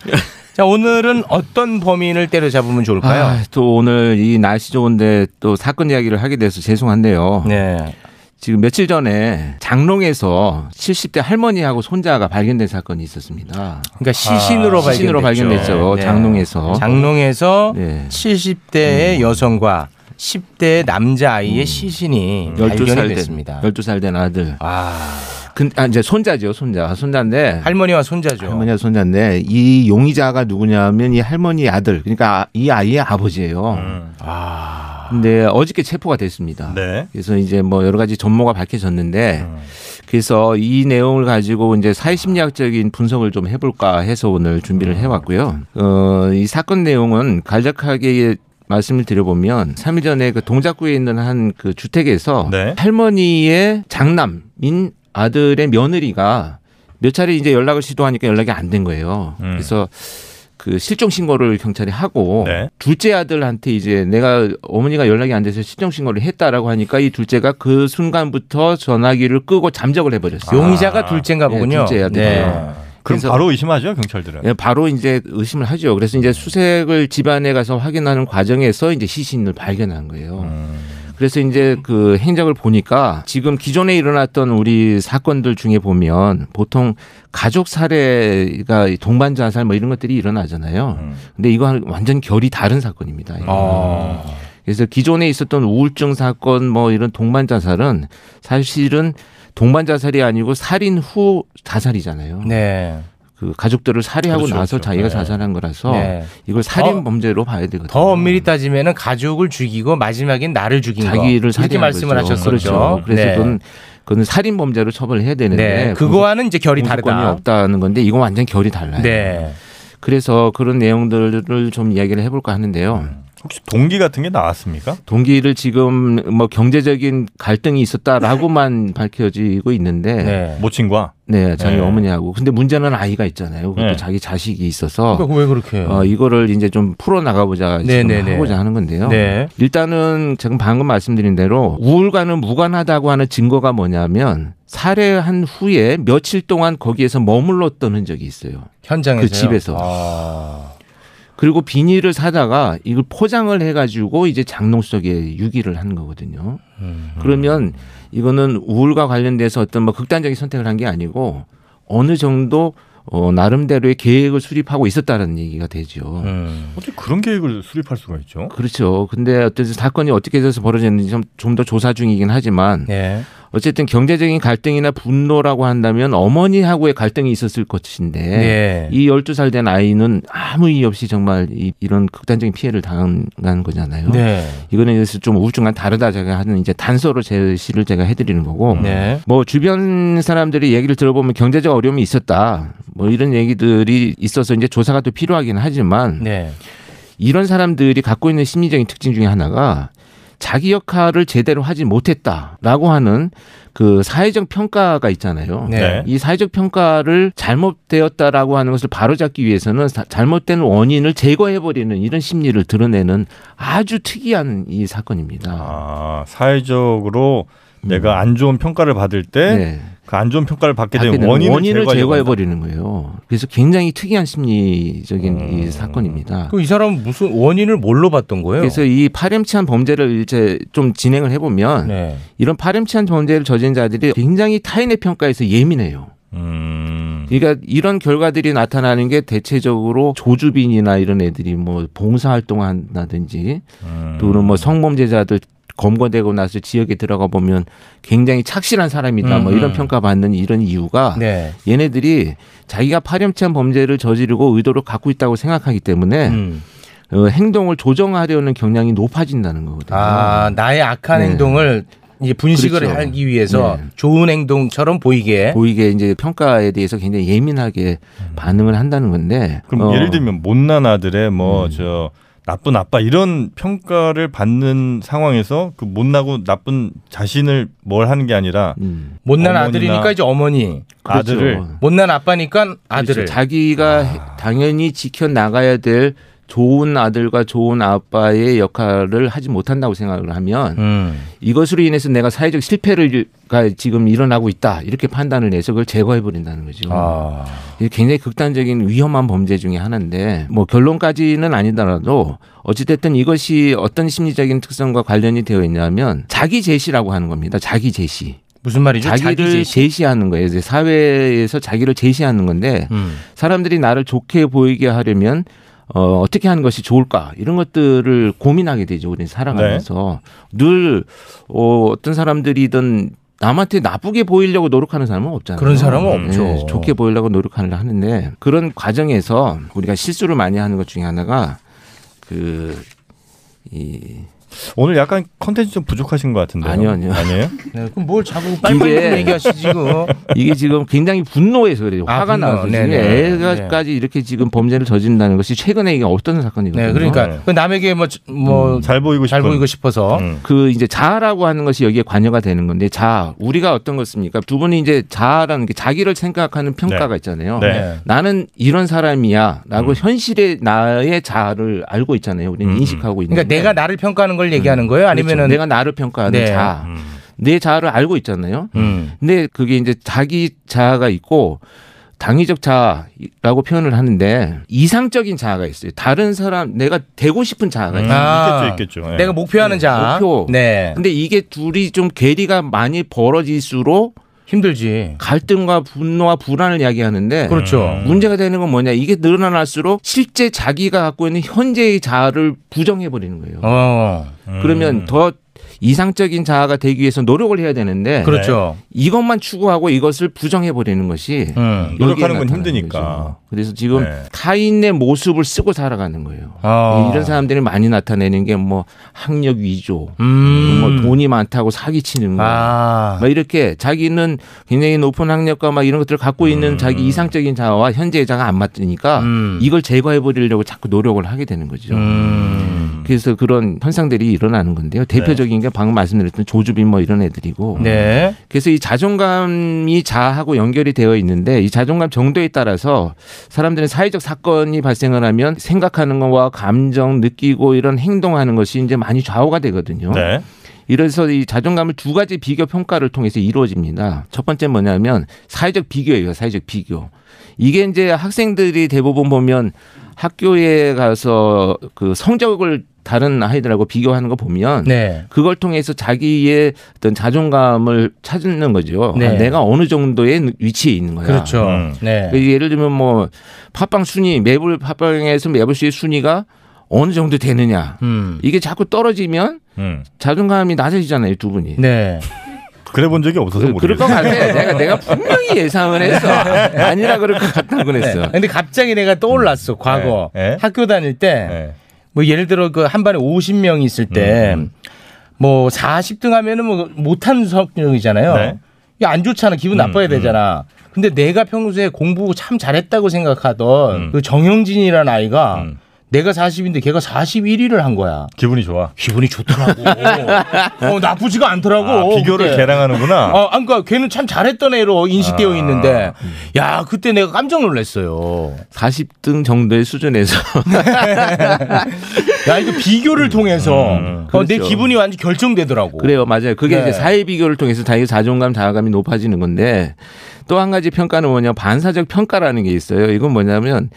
D: 자 오늘은 어떤 범인을 때려잡으면 좋을까요?
K: 아, 또 오늘 이 날씨 좋은데 또 사건 이야기를 하게 돼서 죄송한데요.
D: 네.
K: 지금 며칠 전에 장롱에서 70대 할머니하고 손자가 발견된 사건이 있었습니다.
D: 그러니까 시신으로 발견됐죠.
K: 발견됐죠.
D: 네.
K: 장롱에서.
D: 장롱에서 음. 70대의 여성과 10대의 남자 아이의 시신이 음. 발견이
K: 12살
D: 됐습니다.
K: 됐습니다. 12살 된 아들. 근, 아, 이제 손자죠, 손자. 손자인데.
D: 할머니와 손자죠.
K: 할머니와 손자인데, 이 용의자가 누구냐면 이 할머니 아들, 그러니까 아- 이 아이의 아버지예요.
D: 음.
K: 근데 어저께 체포가 됐습니다.
D: 네.
J: 네.
K: 그래서 이제 뭐 여러 가지 전모가 밝혀졌는데, 그래서 이 내용을 가지고 이제 사회심리학적인 분석을 좀 해볼까 해서 오늘 준비를 해왔고요. 어, 이 사건 내용은 간략하게 말씀을 드려보면 3일 전에 그 동작구에 있는 한 그 주택에서 할머니의 장남인 아들의 며느리가 몇 차례 이제 연락을 시도하니까 연락이 안 된 거예요. 그래서 그 실종 신고를 경찰이 하고 둘째 아들한테 이제 내가 어머니가 연락이 안 돼서 실종 신고를 했다라고 하니까 이 둘째가 그 순간부터 전화기를 끄고 잠적을 해버렸어요.
D: 용의자가 예, 둘째인가 보군요.
K: 네, 둘째 아들이요.
D: 네.
J: 그럼 바로 의심하죠 경찰들은.
K: 예, 바로 이제 의심을 하죠. 그래서 이제 수색을 집안에 가서 확인하는 과정에서 이제 시신을 발견한 거예요.
C: 음.
J: 음,
K: 그래서 이제 그 행적을 보니까 지금 기존에 일어났던 우리 사건들 중에 보면 보통 가족 살해가 동반 자살 뭐 이런 것들이 일어나잖아요.
C: 음.
J: 음.
K: 근데 이건 완전 결이 다른 사건입니다. 이거는.
D: 아. 어.
K: 그래서 기존에 있었던 우울증 사건 뭐 이런 동반 자살은 사실은 동반 자살이 아니고 살인 후 자살이잖아요.
D: 네.
K: 그 가족들을 살해하고
D: 그렇죠,
K: 나서
D: 그렇죠. 네.
K: 자기가 자살한 거라서
D: 네.
K: 이걸
D: 더-
K: 살인 범죄로 봐야 되거든요.
D: 더 엄밀히 따지면은 가족을 죽이고 마지막엔 나를 죽인 거.
K: 자기를
D: 이렇게
K: 살해한
D: 말씀을
K: 거죠.
D: 하셨었죠.
K: 그렇죠. 그래서
D: 네.
K: 그건 그건 살인 범죄로 처벌을 해야 되는데
D: 네, 그거와는 이제 결이
K: 공소권이
D: 다르다.
K: 없다는 건데 이건 완전 결이 달라요.
D: 네.
K: 그래서 그런 내용들을 좀 이야기를 해볼까 하는데요.
J: 혹시 동기 같은 게 나왔습니까?
K: 동기를 지금 뭐 경제적인 갈등이
D: 네.
K: 있었다라고만 밝혀지고 있는데
J: 모친과
K: 네, 자기
J: 네.
K: 어머니하고. 근데 문제는 아이가 있잖아요. 그것도
J: 네.
K: 자기 자식이 있어서.
D: 그러니까 왜 그렇게 해요?
K: 어, 이거를 이제 좀 풀어나가보자. 지금
D: 네네네.
K: 하고자 하는 건데요.
D: 네.
K: 일단은 지금 방금 말씀드린 대로 우울과는 무관하다고 하는 증거가 뭐냐면 살해한 후에 며칠 동안 거기에서 머물렀던 흔적이 있어요.
D: 현장에서요? 아,
K: 그 집에서. 그리고 비닐을 사다가 이걸 포장을 해가지고 이제 장롱 속에 유기를 한 거거든요. 그러면 이거는 우울과 관련돼서 어떤 뭐 극단적인 선택을 한 게 아니고 어느 정도 어, 나름대로의 계획을 수립하고 있었다는 얘기가 되죠.
J: 어떻게 그런 계획을 수립할 수가 있죠?
K: 그렇죠. 근데 어떤 사건이 어떻게 돼서 벌어졌는지 좀 더 조사 중이긴 하지만
D: 네.
K: 어쨌든 경제적인 갈등이나 분노라고 한다면 어머니하고의 갈등이 있었을 것인데
D: 네.
K: 이 12살 된 아이는 아무 이유 없이 정말 이, 이런 극단적인 피해를 당한 거잖아요.
D: 네.
K: 이거는 그래서 좀 우울증과 다르다 제가 하는 이제 단서로 제시를 제가 해드리는 거고
D: 네.
K: 뭐 주변 사람들이 얘기를 들어보면 경제적 어려움이 있었다 뭐 이런 얘기들이 있어서 이제 조사가 또 필요하긴 하지만
D: 네.
K: 이런 사람들이 갖고 있는 심리적인 특징 중에 하나가 자기 역할을 제대로 하지 못했다라고 하는 그 사회적 평가가 있잖아요.
D: 네.
K: 이 사회적 평가를 잘못되었다라고 하는 것을 바로잡기 위해서는 사- 잘못된 원인을 제거해버리는 이런 심리를 드러내는 아주 특이한 이 사건입니다.
J: 아, 사회적으로 내가 안 좋은 평가를 받을 때 그 안
K: 음. 네.
J: 좋은 평가를 받게
K: 받게
J: 되는
K: 되는
J: 원인을,
K: 원인을
J: 제거해
K: 버리는 거예요. 그래서 굉장히 특이한 심리적인
J: 음.
K: 이 사건입니다.
D: 그럼 이 사람은 무슨 원인을 뭘로 봤던 거예요?
K: 그래서 이 파렴치한 범죄를 이제 좀 진행을 해보면
D: 네.
K: 이런 파렴치한 범죄를 저지른 자들이 굉장히 타인의 평가에서 예민해요.
J: 음.
K: 그러니까 이런 결과들이 나타나는 게 대체적으로 조주빈이나 이런 애들이 뭐 봉사활동한다든지
J: 음.
K: 또는 뭐 성범죄자들 검거되고 나서 지역에 들어가 보면 굉장히 착실한 사람이다 뭐 이런
D: 음.
K: 평가받는 이런 이유가
D: 네.
K: 얘네들이 자기가 파렴치한 범죄를 저지르고 의도를 갖고 있다고 생각하기 때문에
J: 음.
D: 음.
K: 어, 행동을 조정하려는 경향이 높아진다는 거거든요.
D: 아, 나의 악한
K: 네.
D: 행동을 이제 분식을
K: 그렇죠.
D: 하기 위해서
K: 네.
D: 좋은 행동처럼 보이게
K: 보이게 이제 평가에 대해서 굉장히 예민하게 반응을 한다는 건데.
J: 음. 그럼
K: 어, 음.
J: 예를 들면 못난 아들의 뭐 저 나쁜 아빠 이런 평가를 받는 상황에서 그 못나고 나쁜 자신을 뭘 하는 게 아니라
K: 음.
D: 못난
J: 어머니나
D: 아들이니까 이제 어머니
J: 아들을
D: 못난 아빠니까 아들을
K: 그렇죠. 자기가 당연히 지켜 나가야 될 좋은 아들과 좋은 아빠의 역할을 하지 못한다고 생각을 하면
D: 음.
K: 이것으로 인해서 내가 사회적 실패를가 지금 일어나고 있다 이렇게 판단을 해서 그걸 제거해 버린다는 거죠.
D: 아.
J: 아,
K: 이게 굉장히 극단적인 위험한 범죄 중에 하나인데 뭐 결론까지는 아니더라도 어찌됐든 이것이 어떤 심리적인 특성과 관련이 되어 있냐면 자기 제시라고 하는 겁니다. 자기 제시.
D: 무슨 말이죠?
K: 자기를
D: 자기 제시.
K: 제시. 하는 거예요. 이제 사회에서 자기를 제시하는 건데
D: 음.
K: 사람들이 나를 좋게 보이게 하려면 어, 어떻게 하는 것이 좋을까 이런 것들을 고민하게 되죠. 우리는 살아가면서
D: 네.
K: 늘 어, 어떤 사람들이든 남한테 나쁘게 보이려고 노력하는 사람은 없잖아요. 네,
D: 그런 사람은 없죠.
K: 좋게 보이려고 노력을 하는데 그런 과정에서 우리가 실수를 많이 하는 것 중에 하나가 그 이...
J: 오늘 약간 컨텐츠 좀 부족하신 것 같은데요.
K: 아니요, 아니요.
J: 아니에요?
D: 네, 그럼 뭘 자꾸 빨리빨리 좀 얘기하시지 이거.
K: 이게 지금 굉장히 분노해서 그래요.
D: 아,
K: 화가
D: 분노.
K: 나서 지금
D: 네네.
K: 애가까지 이렇게 지금 범죄를 저지른다는 것이 최근에 이게 어떤 사건이거든요.
D: 네, 그러니까 그 남에게
K: 음.
D: 뭐뭐잘
J: 음, 보이고 음.
D: 잘 보이고 음. 싶어서
K: 그 이제 자아라고 하는 것이 여기에 관여가 되는 건데 자아 우리가 어떤 것입니까? 두 분이 이제 자아라는 게 자기를 생각하는 평가가
J: 네.
K: 있잖아요.
J: 네. 음.
K: 나는 이런 사람이야라고 현실의 나의 자아를 알고 있잖아요. 우리는 인식하고 있는.
D: 그러니까 내가 나를 평가하는 걸 얘기하는 거예요? 아니면은
K: 그렇죠. 내가 나를 평가하는
D: 네.
K: 자아.
J: 음.
K: 내 자아를 알고 있잖아요.
D: 음.
K: 근데 그게 이제 자기 자아가 있고 당위적 자아라고 표현을 하는데 이상적인 자아가 있어요. 다른 사람 내가 되고 싶은 자아가
J: 음.
K: 있어요.
D: 아, 있겠죠, 있겠죠. 예. 내가 목표하는 자아.
K: 목표.
D: 네.
K: 근데 이게 둘이 좀 괴리가 많이 벌어질수록
D: 힘들지.
K: 갈등과 분노와 불안을 이야기하는데
D: 그렇죠.
K: 문제가 되는 건 뭐냐? 이게 늘어날수록 실제 자기가 갖고 있는 현재의 자아를 부정해 버리는 거예요.
D: 어.
J: 음.
K: 그러면 더 이상적인 자아가 되기 위해서 노력을 해야 되는데
D: 그렇죠.
K: 이것만 추구하고 이것을 부정해 버리는 것이
D: 음.
K: 여기에
J: 노력하는 건
K: 나타나는
J: 힘드니까.
K: 거죠. 그래서 지금
J: 네.
K: 타인의 모습을 쓰고 살아가는 거예요.
D: 아.
K: 이런 사람들이 많이 나타내는 게 뭐 학력 위조,
D: 음. 아.
K: 뭐 돈이 뭐 많다고 사기치는 거,
J: 아.
K: 막 이렇게 자기는 굉장히 높은 학력과 막 이런 것들을 갖고 있는 자기 이상적인 자아와 현재의 자아가 안 맞으니까
D: 음.
K: 이걸 제거해 버리려고 자꾸 노력을 하게 되는 거죠.
D: 음.
K: 그래서 그런 현상들이 일어나는 건데요. 대표적인 게 방금 말씀드렸던 조주빈 뭐 이런 애들이고.
D: 네.
K: 그래서 이 자존감이 자하고 연결이 되어 있는데 이 자존감 정도에 따라서 사람들은 사회적 사건이 발생을 하면 생각하는 것과 감정, 느끼고 이런 행동하는 것이 이제 많이 좌우가 되거든요.
C: 네.
J: 네.
K: 이래서 이 자존감을 두 가지 비교 평가를 통해서 이루어집니다. 첫 번째 뭐냐면 사회적 비교예요. 사회적 비교. 이게 이제 학생들이 대부분 보면 학교에 가서 그 성적을 다른 아이들하고 비교하는 거 보면
D: 네.
K: 그걸 통해서 자기의 어떤 자존감을 찾는 거죠.
D: 네.
K: 아, 내가 어느 정도의 위치에 있는 거야.
D: 그렇죠.
C: 음.
D: 네.
K: 그 예를 들면 뭐 팟빵 순위, 매불 팟빵에서 매불 의 순위가 어느 정도 되느냐.
D: 음.
K: 이게 자꾸 떨어지면
J: 음.
K: 자존감이 낮아지잖아요, 두 분이.
D: 네.
C: 그래 본 적이 없어서
K: 모르겠어요. 그럴 것 같아. 내가 내가 분명히 예상을 해서 아니라 그럴 것 같다고 그랬어.
D: 네. 근데 갑자기 내가
K: 음.
D: 떠올랐어. 과거
C: 네.
D: 학교 다닐 때 뭐 예를 들어 그 한 반에 50명이 있을
C: 음,
D: 때 뭐 40등 하면은 뭐 못하는 성적이잖아요.
C: 네. 음,
D: 이게 안 좋잖아. 기분 나빠야 되잖아. 근데 내가 평소에 공부 참 잘했다고 생각하던
C: 음.
D: 그 정영진이라는 아이가 내가 40인데 걔가 41위를 한 거야.
C: 기분이 좋아.
D: 기분이 좋더라고. 어, 나쁘지가 않더라고.
C: 아,
D: 네.
C: 비교를 계량하는구나.
D: 어, 그러니까 걔는 참 잘했던 애로 인식되어
K: 아.
D: 있는데, 야, 그때 내가 깜짝 놀랐어요.
K: 40등 정도의 수준에서
D: 야, 이거 비교를 통해서 어, 내
K: 음. 그렇죠.
D: 기분이 완전 결정되더라고.
K: 그래요, 맞아요. 그게
D: 네.
K: 이제 사회 비교를 통해서 자기 자존감, 자아감이 높아지는 건데 또 한 가지 평가는 뭐냐 반사적 평가라는 게 있어요. 이건 뭐냐면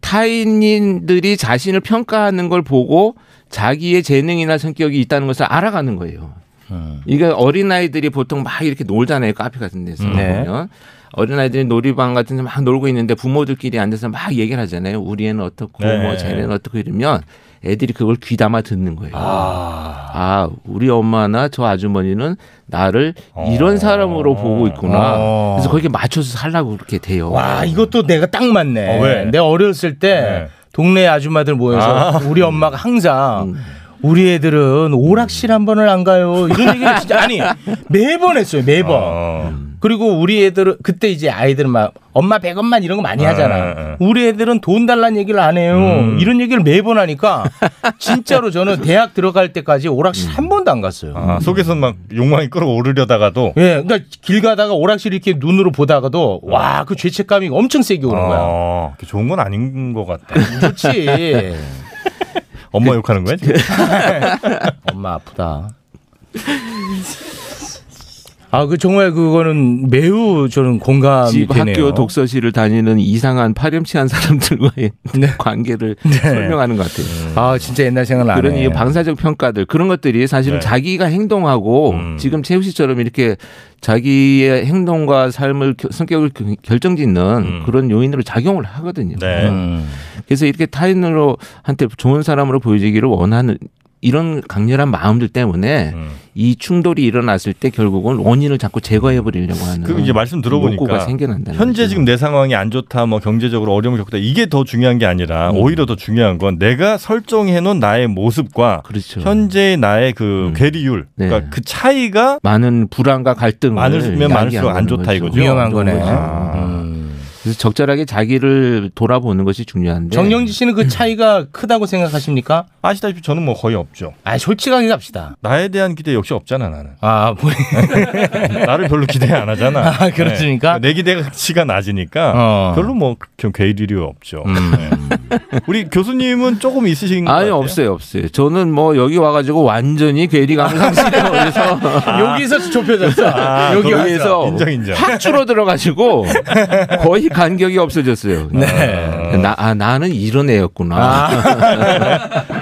K: 타인들이 자신을 평가하는 걸 보고 자기의 재능이나 성격이 있다는 것을 알아가는 거예요.
D: 음.
K: 이게 어린아이들이 보통 막 이렇게 놀잖아요. 카페 같은 데서
D: 음. 네.
K: 보면. 어린아이들이 놀이방 같은 데 막 놀고 있는데 부모들끼리 앉아서 막 얘기를 하잖아요. 우리 애는 어떻고
C: 네.
K: 뭐 쟤는 어떻고 이러면 애들이 그걸 귀담아 듣는 거예요. 아, 우리 엄마나 저 아주머니는 나를 이런 사람으로 보고 있구나.
D: 어.
K: 그래서 거기에 맞춰서 살라고 그렇게 돼요.
D: 와, 이것도 내가 딱 맞네.
K: 어, 왜?
D: 내가 어렸을 때 동네 아줌마들 모여서
K: 아. 음.
D: 우리 엄마가 항상 우리 애들은 오락실 한 번을 안 가요. 이런 얘기를 진짜 아니 매번 했어요. 매번.
K: 아.
D: 그리고 우리 애들은 그때 이제 아이들은 막 엄마 100원만 이런 거 많이
C: 아, 아,
D: 하잖아.
C: 아.
D: 우리 애들은 돈 달란 얘기를 안 해요.
C: 음.
D: 이런 얘기를 매번 하니까 진짜로 저는 대학 들어갈 때까지 오락실 한 번도 안 갔어요.
C: 아, 속에서 막 욕망이 끌어오르려다가도
D: 예, 그러니까 길 가다가 오락실 이렇게 눈으로 보다가도 와 그 죄책감이 엄청 세게 오는 거야.
C: 어, 그게 좋은 건 아닌 것 같다.
D: 그렇지.
C: 엄마 욕하는 거야 지금?
D: 엄마 아프다. 아, 그 정말 그거는 매우 저는 공감이
K: 집
D: 되네요.
K: 학교 독서실을 다니는 이상한 파렴치한 사람들과의
D: 네.
K: 관계를 설명하는 것 같아요.
D: 아, 진짜 옛날 생각 나네.
K: 그런 이 방사적 평가들 그런 것들이 사실은
D: 네. 음.
K: 자기가 행동하고 지금 최우 씨처럼 이렇게 자기의 행동과 삶을 겨- 성격을 겨- 결정짓는 그런 요인으로 작용을 하거든요.
C: 네.
D: 음.
K: 그래서 이렇게 타인으로 한테 좋은 사람으로 보여지기를 원하는 이런 강렬한 마음들 때문에 이 충돌이 일어났을 때 결국은 원인을 자꾸 제거해 버리려고 하는
C: 그럼 이제 말씀 들어보니까
K: 욕구가 생겨난다.
C: 현재 지금 내 상황이 안 좋다, 뭐 경제적으로 어려움을 겪다 이게 더 중요한 게 아니라 오히려 더 중요한 건 내가 설정해 놓은 나의 모습과
K: 그렇죠.
C: 현재의 나의 그 괴리율, 그러니까 그 차이가
K: 많은 불안과 갈등을
C: 많으면 많을수록 안
K: 음. 야기하는
C: 좋다
K: 거죠.
C: 이거죠. 아.
K: 그래서 적절하게 자기를 돌아보는 것이 중요한데
C: 네.
D: 정영지 씨는 그 차이가 크다고 생각하십니까?
C: 아시다시피 저는 뭐 거의 없죠.
D: 아, 솔직하게 갑시다.
C: 나에 대한 기대 역시 없잖아 나는.
D: 아, 뭐
C: 나를 별로 기대 안 하잖아.
D: 아, 그렇습니까?
C: 네. 내 기대치가 낮으니까
D: 어. 음.
C: 별로 뭐 좀 괴리류 없죠. 네. 우리 교수님은 조금 있으신 것
K: 아니
C: 같아요.
K: 없어요 없어요. 저는 뭐 여기 와가지고 완전히 괴리감을 상실해서
C: 아.
D: 여기서 좁혀졌어.
K: 아,
D: 여기 와서.
K: 여기서
D: 인정, 인정.
K: 확 줄어들어가지고 거의 간격이 없어졌어요. 네. 나, 아, 나는 이런 애였구나.
D: 아,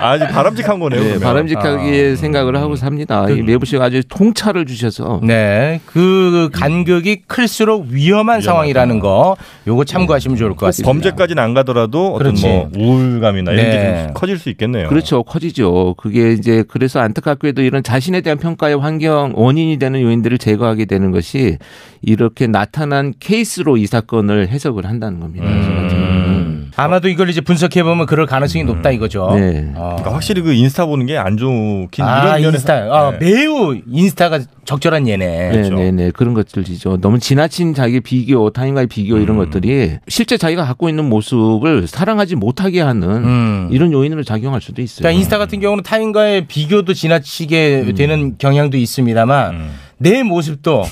C: 아주 바람직한 거네요.
K: 네,
C: 그러면.
K: 바람직하게
D: 아.
K: 생각을 하고 삽니다.
D: 그
K: 이 매부 씨가 아주 통찰을 주셔서
D: 네, 그 간격이 클수록 위험한 상황이라는 거, 요거 참고하시면 좋을 것 같습니다.
C: 범죄까지는 안 가더라도 어떤
D: 그렇지.
C: 뭐 우울감이나 이런
D: 네.
C: 게 좀 커질 수 있겠네요.
K: 그렇죠. 커지죠. 그게 이제 그래서 안타깝게도 이런 자신에 대한 평가의 환경 원인이 되는 요인들을 제거하게 되는 것이 이렇게 나타난 케이스로 이 사건을 해석을 한다는
D: 음.
K: 겁니다.
C: 음.
D: 아마도 이걸 이제 분석해 보면 그럴 가능성이 높다 이거죠. 어.
K: 네.
C: 그러니까 확실히 그 인스타 보는 게 안 좋긴
D: 아,
C: 이런 면에서 네.
D: 인스타. 아, 매우 인스타가 적절한 예네.
C: 그렇죠.
K: 네, 네, 네. 그런 것들이죠. 너무 지나친 자기 비교, 타인과의 비교 이런
D: 음.
K: 것들이 실제 자기가 갖고 있는 모습을 사랑하지 못하게 하는 이런 요인으로 작용할 수도
D: 음.
K: 있어요.
D: 그러니까 인스타 같은 경우는 타인과의 비교도 지나치게 되는 경향도 있습니다만 내 모습도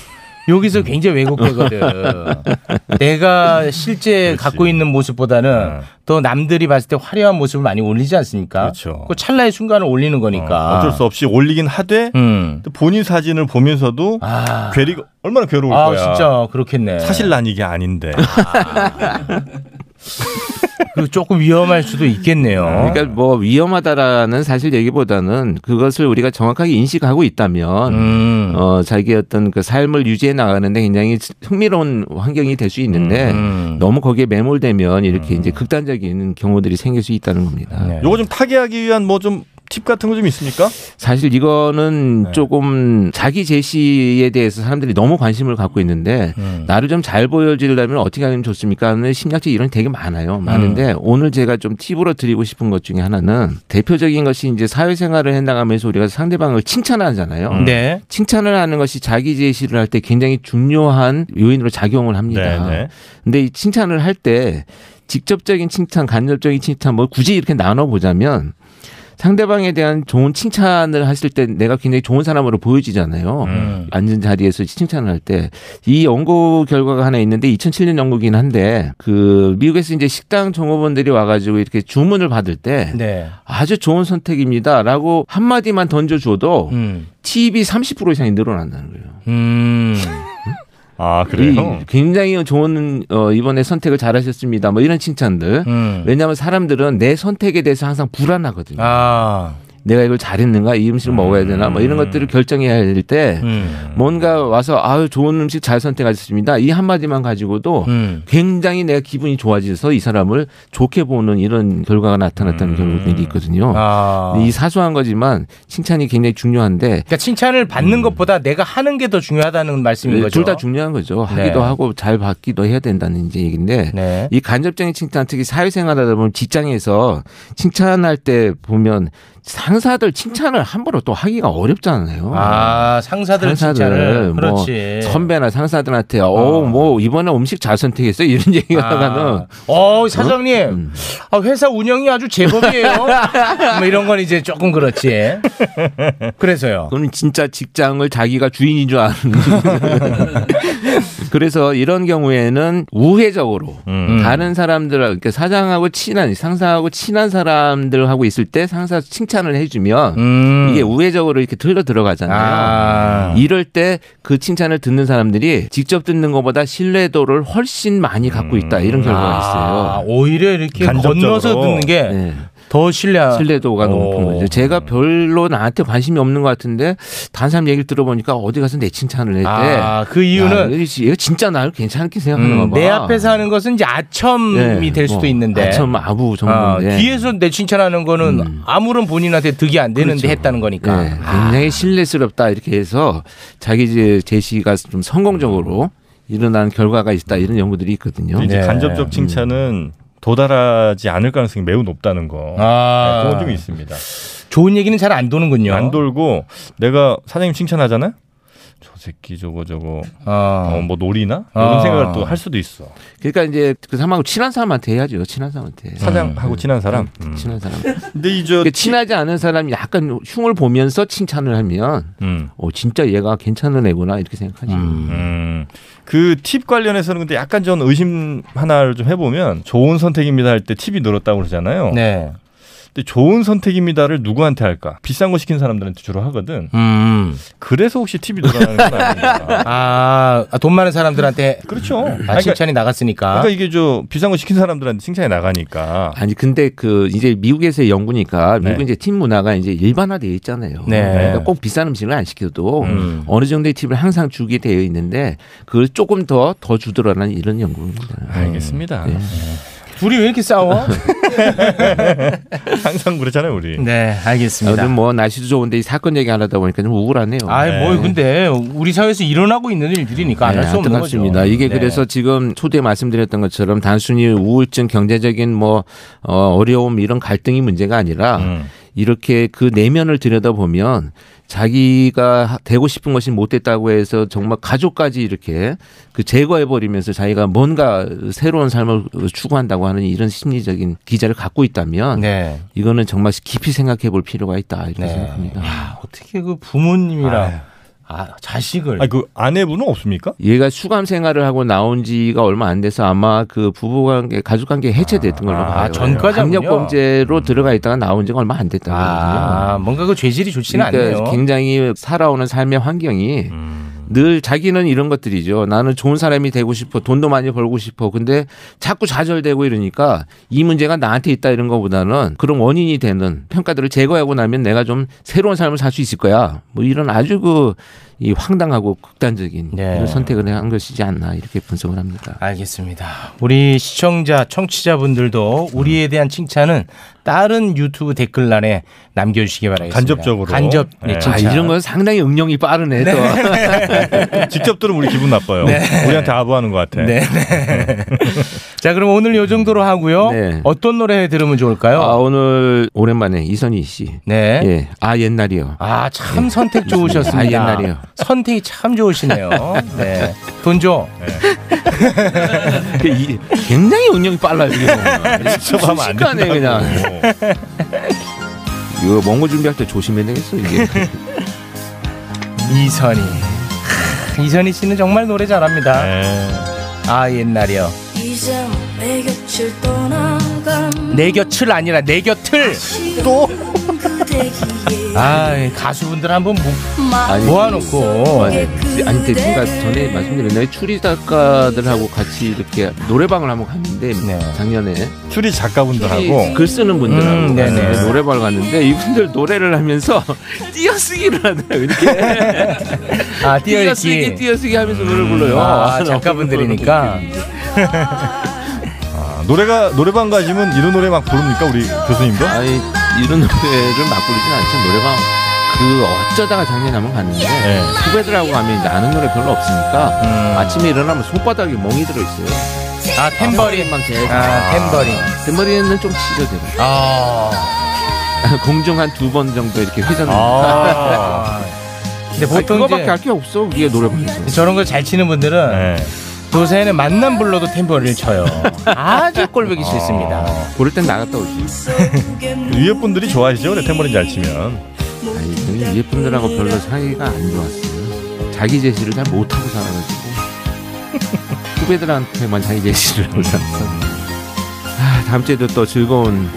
D: 여기서 굉장히 왜곡되거든. 내가 실제 갖고 있는 모습보다는 또 남들이 봤을 때 화려한 모습을 많이 올리지 않습니까? 그렇죠. 그 찰나의 순간을 올리는 거니까.
C: 어쩔 수 없이 올리긴 하되
D: 음.
C: 또 본인 사진을 보면서도 괴리가 얼마나 괴로울
D: 아,
C: 거야.
D: 진짜 그렇겠네.
C: 사실 난 이게 아닌데.
D: 그리고 조금 위험할 수도 있겠네요.
K: 그러니까 뭐 위험하다라는 사실 얘기보다는 그것을 우리가 정확하게 인식하고
D: 음.
K: 있다면 어, 자기 어떤 그 삶을 유지해 나가는데 굉장히 흥미로운 환경이 될 수 있는데
D: 음,
K: 너무 거기에 매몰되면 이렇게 이제 극단적인 경우들이 생길 수 있다는
D: 네.
K: 겁니다.
J: 요거 좀 타개하기 위한 뭐 좀 팁 같은 거 좀 있습니까?
K: 사실
J: 네.
K: 이거는 조금 자기 제시에 대해서 사람들이 너무 관심을 갖고 있는데
J: 음.
K: 나를 좀 잘 보여주려면 어떻게 하면 좋습니까? 하는 심리학적 이론이 되게 많아요. 많은데
J: 음.
K: 오늘 제가 좀 팁으로 드리고 싶은 것 중에 하나는 대표적인 것이 이제 사회생활을 해나가면서 우리가 상대방을 칭찬하잖아요.
D: 네.
K: 칭찬을 하는 것이 자기 제시를 할 때 굉장히 중요한 요인으로 작용을 합니다.
J: 네, 네.
K: 근데 이 칭찬을 할 때 직접적인 칭찬, 간접적인 칭찬 뭐 굳이 이렇게 나눠 보자면 상대방에 대한 좋은 칭찬을 하실 때 내가 굉장히 좋은 사람으로 보여지잖아요. 앉은 자리에서 칭찬을 할 때 이 연구 결과가 하나 있는데 2007년 연구긴 한데 그 미국에서 이제 식당 종업원들이 와가지고 이렇게 주문을 받을 때
D: 네.
K: 아주 좋은 선택입니다라고 한 마디만 던져줘도
D: 음.
K: 팁이 30% 이상이 늘어난다는 거예요.
J: 아
K: 그래요? 굉장히 좋은 어, 이번에 선택을 잘하셨습니다. 뭐 이런 칭찬들.
D: 음.
K: 왜냐하면 사람들은 내 선택에 대해서 항상 불안하거든요.
D: 아.
K: 내가 이걸 잘했는가, 이 음식을 먹어야 되나, 뭐 이런 것들을 결정해야 될 때
D: 음.
K: 음. 뭔가 와서 아유 좋은 음식 잘 선택하셨습니다. 이 한마디만 가지고도
D: 음.
K: 굉장히 내가 기분이 좋아져서 이 사람을 좋게 보는 이런 결과가
D: 음.
K: 나타났다는 경우들이
D: 어.
K: 있거든요.
D: 아.
K: 이 사소한 거지만 칭찬이 굉장히 중요한데
D: 그러니까 칭찬을 받는 것보다 내가 하는 게 더 중요하다는 말씀인 거죠.
K: 음. 그렇죠. 둘 다 중요한 거죠. 하기도
D: 네.
K: 하고 잘 받기도 해야 된다는 이제 얘기인데 이 간접적인 칭찬 특히 사회생활하다 보면 직장에서 칭찬할 때 보면 상사들 칭찬을 함부로 또 하기가 어렵잖아요.
D: 아, 상사들 칭찬을.
K: 뭐
D: 그렇지.
K: 선배나 상사들한테 어뭐 이번에 음식 잘 선택했어 이런 얘기가
D: 아.
K: 하면은
D: 어 사장님
K: 음.
D: 아, 회사 운영이 아주 제법이에요. 뭐 이런 건 이제 조금 그렇지. 그래서요.
K: 그럼 진짜 직장을 자기가 주인인 줄 아는. 그래서 이런 경우에는 우회적으로
D: 음.
K: 다른 사람들, 그러니까 사장하고 친한 상사하고 친한 사람들하고 있을 때 상사 칭찬을 해주면
D: 음.
K: 이게 우회적으로 이렇게 들러 들어가잖아요. 이럴 때 그 칭찬을 듣는 사람들이 직접 듣는 것보다 신뢰도를 훨씬 많이 갖고 있다
D: 음.
K: 이런 결과가 있어요.
D: 아,
K: 네. 예.
D: 오히려 이렇게 건너서 듣는 게 더 신뢰
K: 신뢰도가 높은 거죠. 제가 별로 나한테 관심이 없는 것 같은데 다른 사람 얘기를 들어보니까 어디 가서 내 칭찬을 할 때
D: 아, 그 이유는
K: 야, 얘 진짜- 얘가 진짜 나를 괜찮게 생각하나
D: 음,
K: 봐.
D: 내 앞에서 하는 것은 이제 아첨이
K: 네,
D: 될 수도
K: 뭐,
D: 있는데
K: 아첨 예. 아부
D: 아,
K: 정도인데.
D: 뒤에서 내 칭찬하는 거는 아무런 본인한테 득이 안 되는데
K: 그렇죠.
D: 했다는 거니까
K: 네,
D: 아.
K: 굉장히 신뢰스럽다 이렇게 해서 자기 이제 제시가 좀 성공적으로 일어난 결과가 있다 이런 연구들이 있거든요.
C: 네.
J: 이제 간접적 칭찬은 도달하지 않을 가능성이 매우 높다는 거. 네,
D: 아.
J: 그건 좀 있습니다.
D: 좋은 얘기는 잘 안 도는군요.
J: 안 돌고 내가 사장님 칭찬하잖아. 저 새끼 저거 저거 어, 뭐 놀이나 이런
K: 아.
J: 생각을 또 할 수도 있어.
K: 그러니까 이제 그 사람하고 친한 사람한테 해야죠. 친한 사람한테.
J: 사장하고 친한 사람?
K: 음, 친한 사람.
J: 근데
K: 이제 친하지 않은 사람이 약간 흉을 보면서 칭찬을 하면
J: 음,
K: 어 진짜 얘가 괜찮은 애구나 이렇게 생각하지.
D: 음.
C: 음.
J: 그 팁 관련해서는 근데 약간 전 의심 하나를 좀 해보면 좋은 선택입니다 할 때 팁이 늘었다고 그러잖아요.
D: 네.
J: 근데 좋은 선택입니다를 누구한테 할까? 비싼 거 시킨 사람들한테 주로 하거든. 그래서 혹시 팁이 늘어나는 건 아닙니까?
D: 아, 아, 돈 많은 사람들한테
J: 그렇죠.
C: 그러니까
D: 아, 칭찬이 나갔으니까.
J: 그러니까 이게 저 비싼 거 시킨 사람들한테 칭찬이 나가니까.
K: 아니 근데 그 이제 미국에서의 연구니까 미국
J: 네.
K: 은 이제 팁 문화가 이제 일반화되어 있잖아요.
J: 네.
K: 그러니까 꼭 비싼 음식을 안 시켜도
J: 음.
K: 어느 정도의 팁을 항상 주게 되어 있는데 그걸 조금 더 더 주더라는 이런 연구입니다.
J: 알겠습니다.
K: 음, 네.
D: 둘이 왜 이렇게 싸워?
J: 항상 그렇잖아요, 우리.
K: 음.
D: 네, 알겠습니다.
K: 요즘 뭐 날씨도 좋은데 이 사건 얘기 안 하다 보니까 좀 우울하네요.
D: 아이 뭐 근데 우리 사회에서 일어나고 있는 일들이니까 안 할 수 없는 거죠.
K: 네, 안타깝습니다. 이게
D: 네.
K: 그래서 지금 초대 에 말씀드렸던 것처럼 단순히 우울증, 경제적인 뭐 어, 어려움 이런 갈등이 문제가 아니라
D: 음.
K: 이렇게 그 내면을 들여다보면 자기가 하- 되고 싶은 것이 못 됐다고 해서 정말 가족까지 이렇게 그 제거해 버리면서 자기가 뭔가 새로운 삶을 추구한다고 하는 이런 심리적인 기자를 갖고 있다면
D: 네.
K: 이거는 정말 깊이 생각해 볼 필요가 있다 이렇게 생각합니다.
D: 어떻게 그
C: 네.
D: 부모님이랑 아, 자식을
J: 아니, 그 아내분은 없습니까?
K: 얘가 수감 생활을 하고 나온 지가 얼마 안 돼서 아마 그 부부관계 가족관계 해체됐던 걸로 봐요.
D: 아, 전과자군요. 음.
K: 강력범죄로 들어가 있다가 나온 지가 얼마 안 됐다는 거거든요.
D: 아, 뭔가 그 죄질이 좋지는
K: 그러니까
D: 않네요. 음.
K: 굉장히 살아오는 삶의 환경이 늘 자기는 이런 것들이죠. 나는 좋은 사람이 되고 싶어. 돈도 많이 벌고 싶어. 근데 자꾸 좌절되고 이러니까 이 문제가 나한테 있다 이런 것보다는 그런 원인이 되는 평가들을 제거하고 나면 내가 좀 새로운 삶을 살 수 있을 거야. 뭐 이런 아주 그 이 황당하고 극단적인
D: 네.
K: 이런 선택을 한 것이지 않나 이렇게 분석을 합니다.
D: 알겠습니다. 우리 시청자, 청취자분들도 우리에 대한 칭찬은 다른 유튜브 댓글란에 남겨주시기 바라겠습니다.
C: 간접적으로.
D: 간접. 네,
K: 아,
D: 칭찬.
K: 이런 건 상당히 응용이 빠르네. 또. 네.
C: 직접 들으면 우리 기분 나빠요.
D: 네.
C: 우리한테 아부하는 것 같아.
D: 네. 자, 그럼 오늘 요 정도로 하고요. 어떤 노래 들으면 좋을까요?
K: 네. 아, 오늘 오랜만에 이선희 씨.
D: 네.
K: 예. 아 옛날이요.
D: 아, 참 선택 좋으셨습니다.
K: 아 옛날이요.
D: 선택이 참 좋으시네요. 네. 돈 줘.
K: 굉장히 운영이 빨라요.
D: 직접 하면 안
K: 순식간에
D: 된다고.
K: 그냥. 이거 먼거 준비할 때 조심해야 되겠어 이게.
D: 이선희. 크, 이선희 씨는 정말 노래
K: 네.
D: 잘합니다.
J: 네.
D: 아, 옛날이요.
L: 이제 내 곁을 떠나간
D: 내 곁을 아니라 내 곁을.
L: 또
D: 아, 가수분들 한번 모, 모아놓고.
K: 아니, 아니 근데 제가 전에 말씀드린 옛날에 추리 작가들하고 같이 이렇게 노래방을 한번 갔는데 작년에
C: 추리 작가분들하고
K: 글 쓰는 분들하고
C: 음, 네네.
K: 갔는데 노래방을 갔는데 이분들 노래를 하면서 띄어쓰기를 하더라고요. 이렇게
D: 아,
K: 띄어쓰기
D: 띄어읽기.
K: 띄어쓰기 하면서 노래를 불러요.
D: 아, 작가분들이니까.
C: 아, 노래가 노래방 가시면 이런 노래 막 부릅니까 우리 교수님도?
K: 뭐 아니 이런 노래를 막 부르진 않죠 노래방 그 어쩌다가 작년에 한번 갔는데 후배들하고 가면 이제 아는 노래 별로 없으니까
D: 음.
K: 아침에 일어나면 손바닥에 멍이 들어 있어요.
D: 아 탬버린만
K: 계속.
D: 아, 탬버린.
K: 탬버린은 좀 치료돼요. 공중 한 두 번 정도 이렇게 회전.
D: 아. 근데 보통 이제-
K: 그거밖에
D: 음.
K: 할 네. 게 없어 우리가 노래방에서.
D: 저런 걸 잘 치는 분들은
J: 네.
D: 도사에는 만남 불러도 탬버린을 쳐요. 아주 꼴보기 싫습니다.
K: 부를 땐 나갔다 오지.
C: 위에 분들이 좋아하시죠? 그래 탬버린 잘 치면.
K: 아니 저는 위에 분들하고 별로 사이가 안 좋았어요. 자기 제시를 잘 못하고 살아가지고 후배들한테만 자기 제시를 하고 살았어. 아, 다음 주에도 또 즐거운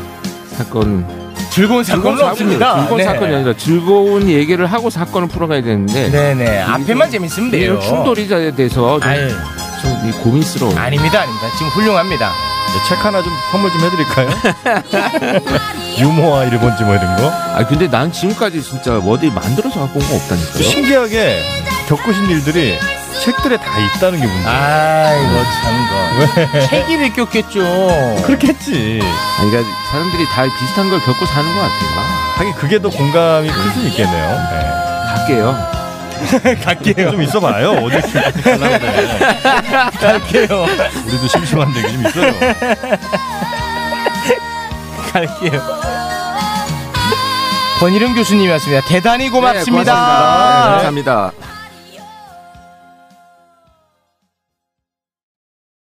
K: 사건.
D: 즐거운 사건은
K: 사건이요.
D: 없습니다.
K: 즐거운
D: 네.
K: 사건이 아니라 즐거운 얘기를 하고 사건을 풀어가야 되는데.
D: 네네. 앞에만 재밌으면 돼요.
K: 이런 충돌이자에 대해서 좀,
D: 아유.
K: 좀 이 고민스러워.
D: 아닙니다, 아닙니다. 지금 훌륭합니다.
C: 네, 책 하나 좀 선물 좀 해드릴까요? 유머와 일본지 뭐 이런 거?
K: 아 근데 난 지금까지 진짜 어디 만들어서 갖고 온 거 없다니까요.
C: 신기하게 겪으신 일들이 책들에 다 있다는 게 문제.
D: 아이고 참 뭐.
C: 거.
D: 책이를 꼈겠죠.
C: 그렇겠지.
K: 아니, 그러니까 사람들이 다 비슷한 걸 겪고 사는 것 같아요.
C: 하긴 그게 더 공감이 클 수 있겠네요.
K: 갈게요.
C: 갈게요. 좀 있어봐요. 어디 이렇게 갈라고 그래요.
D: 갈게요.
C: 우리도 심심한데 이게 좀 있어요.
D: 갈게요. 권희룡 교수님이었습니다. 대단히 네, 고맙습니다.
K: 고맙습니다. 네, 감사합니다.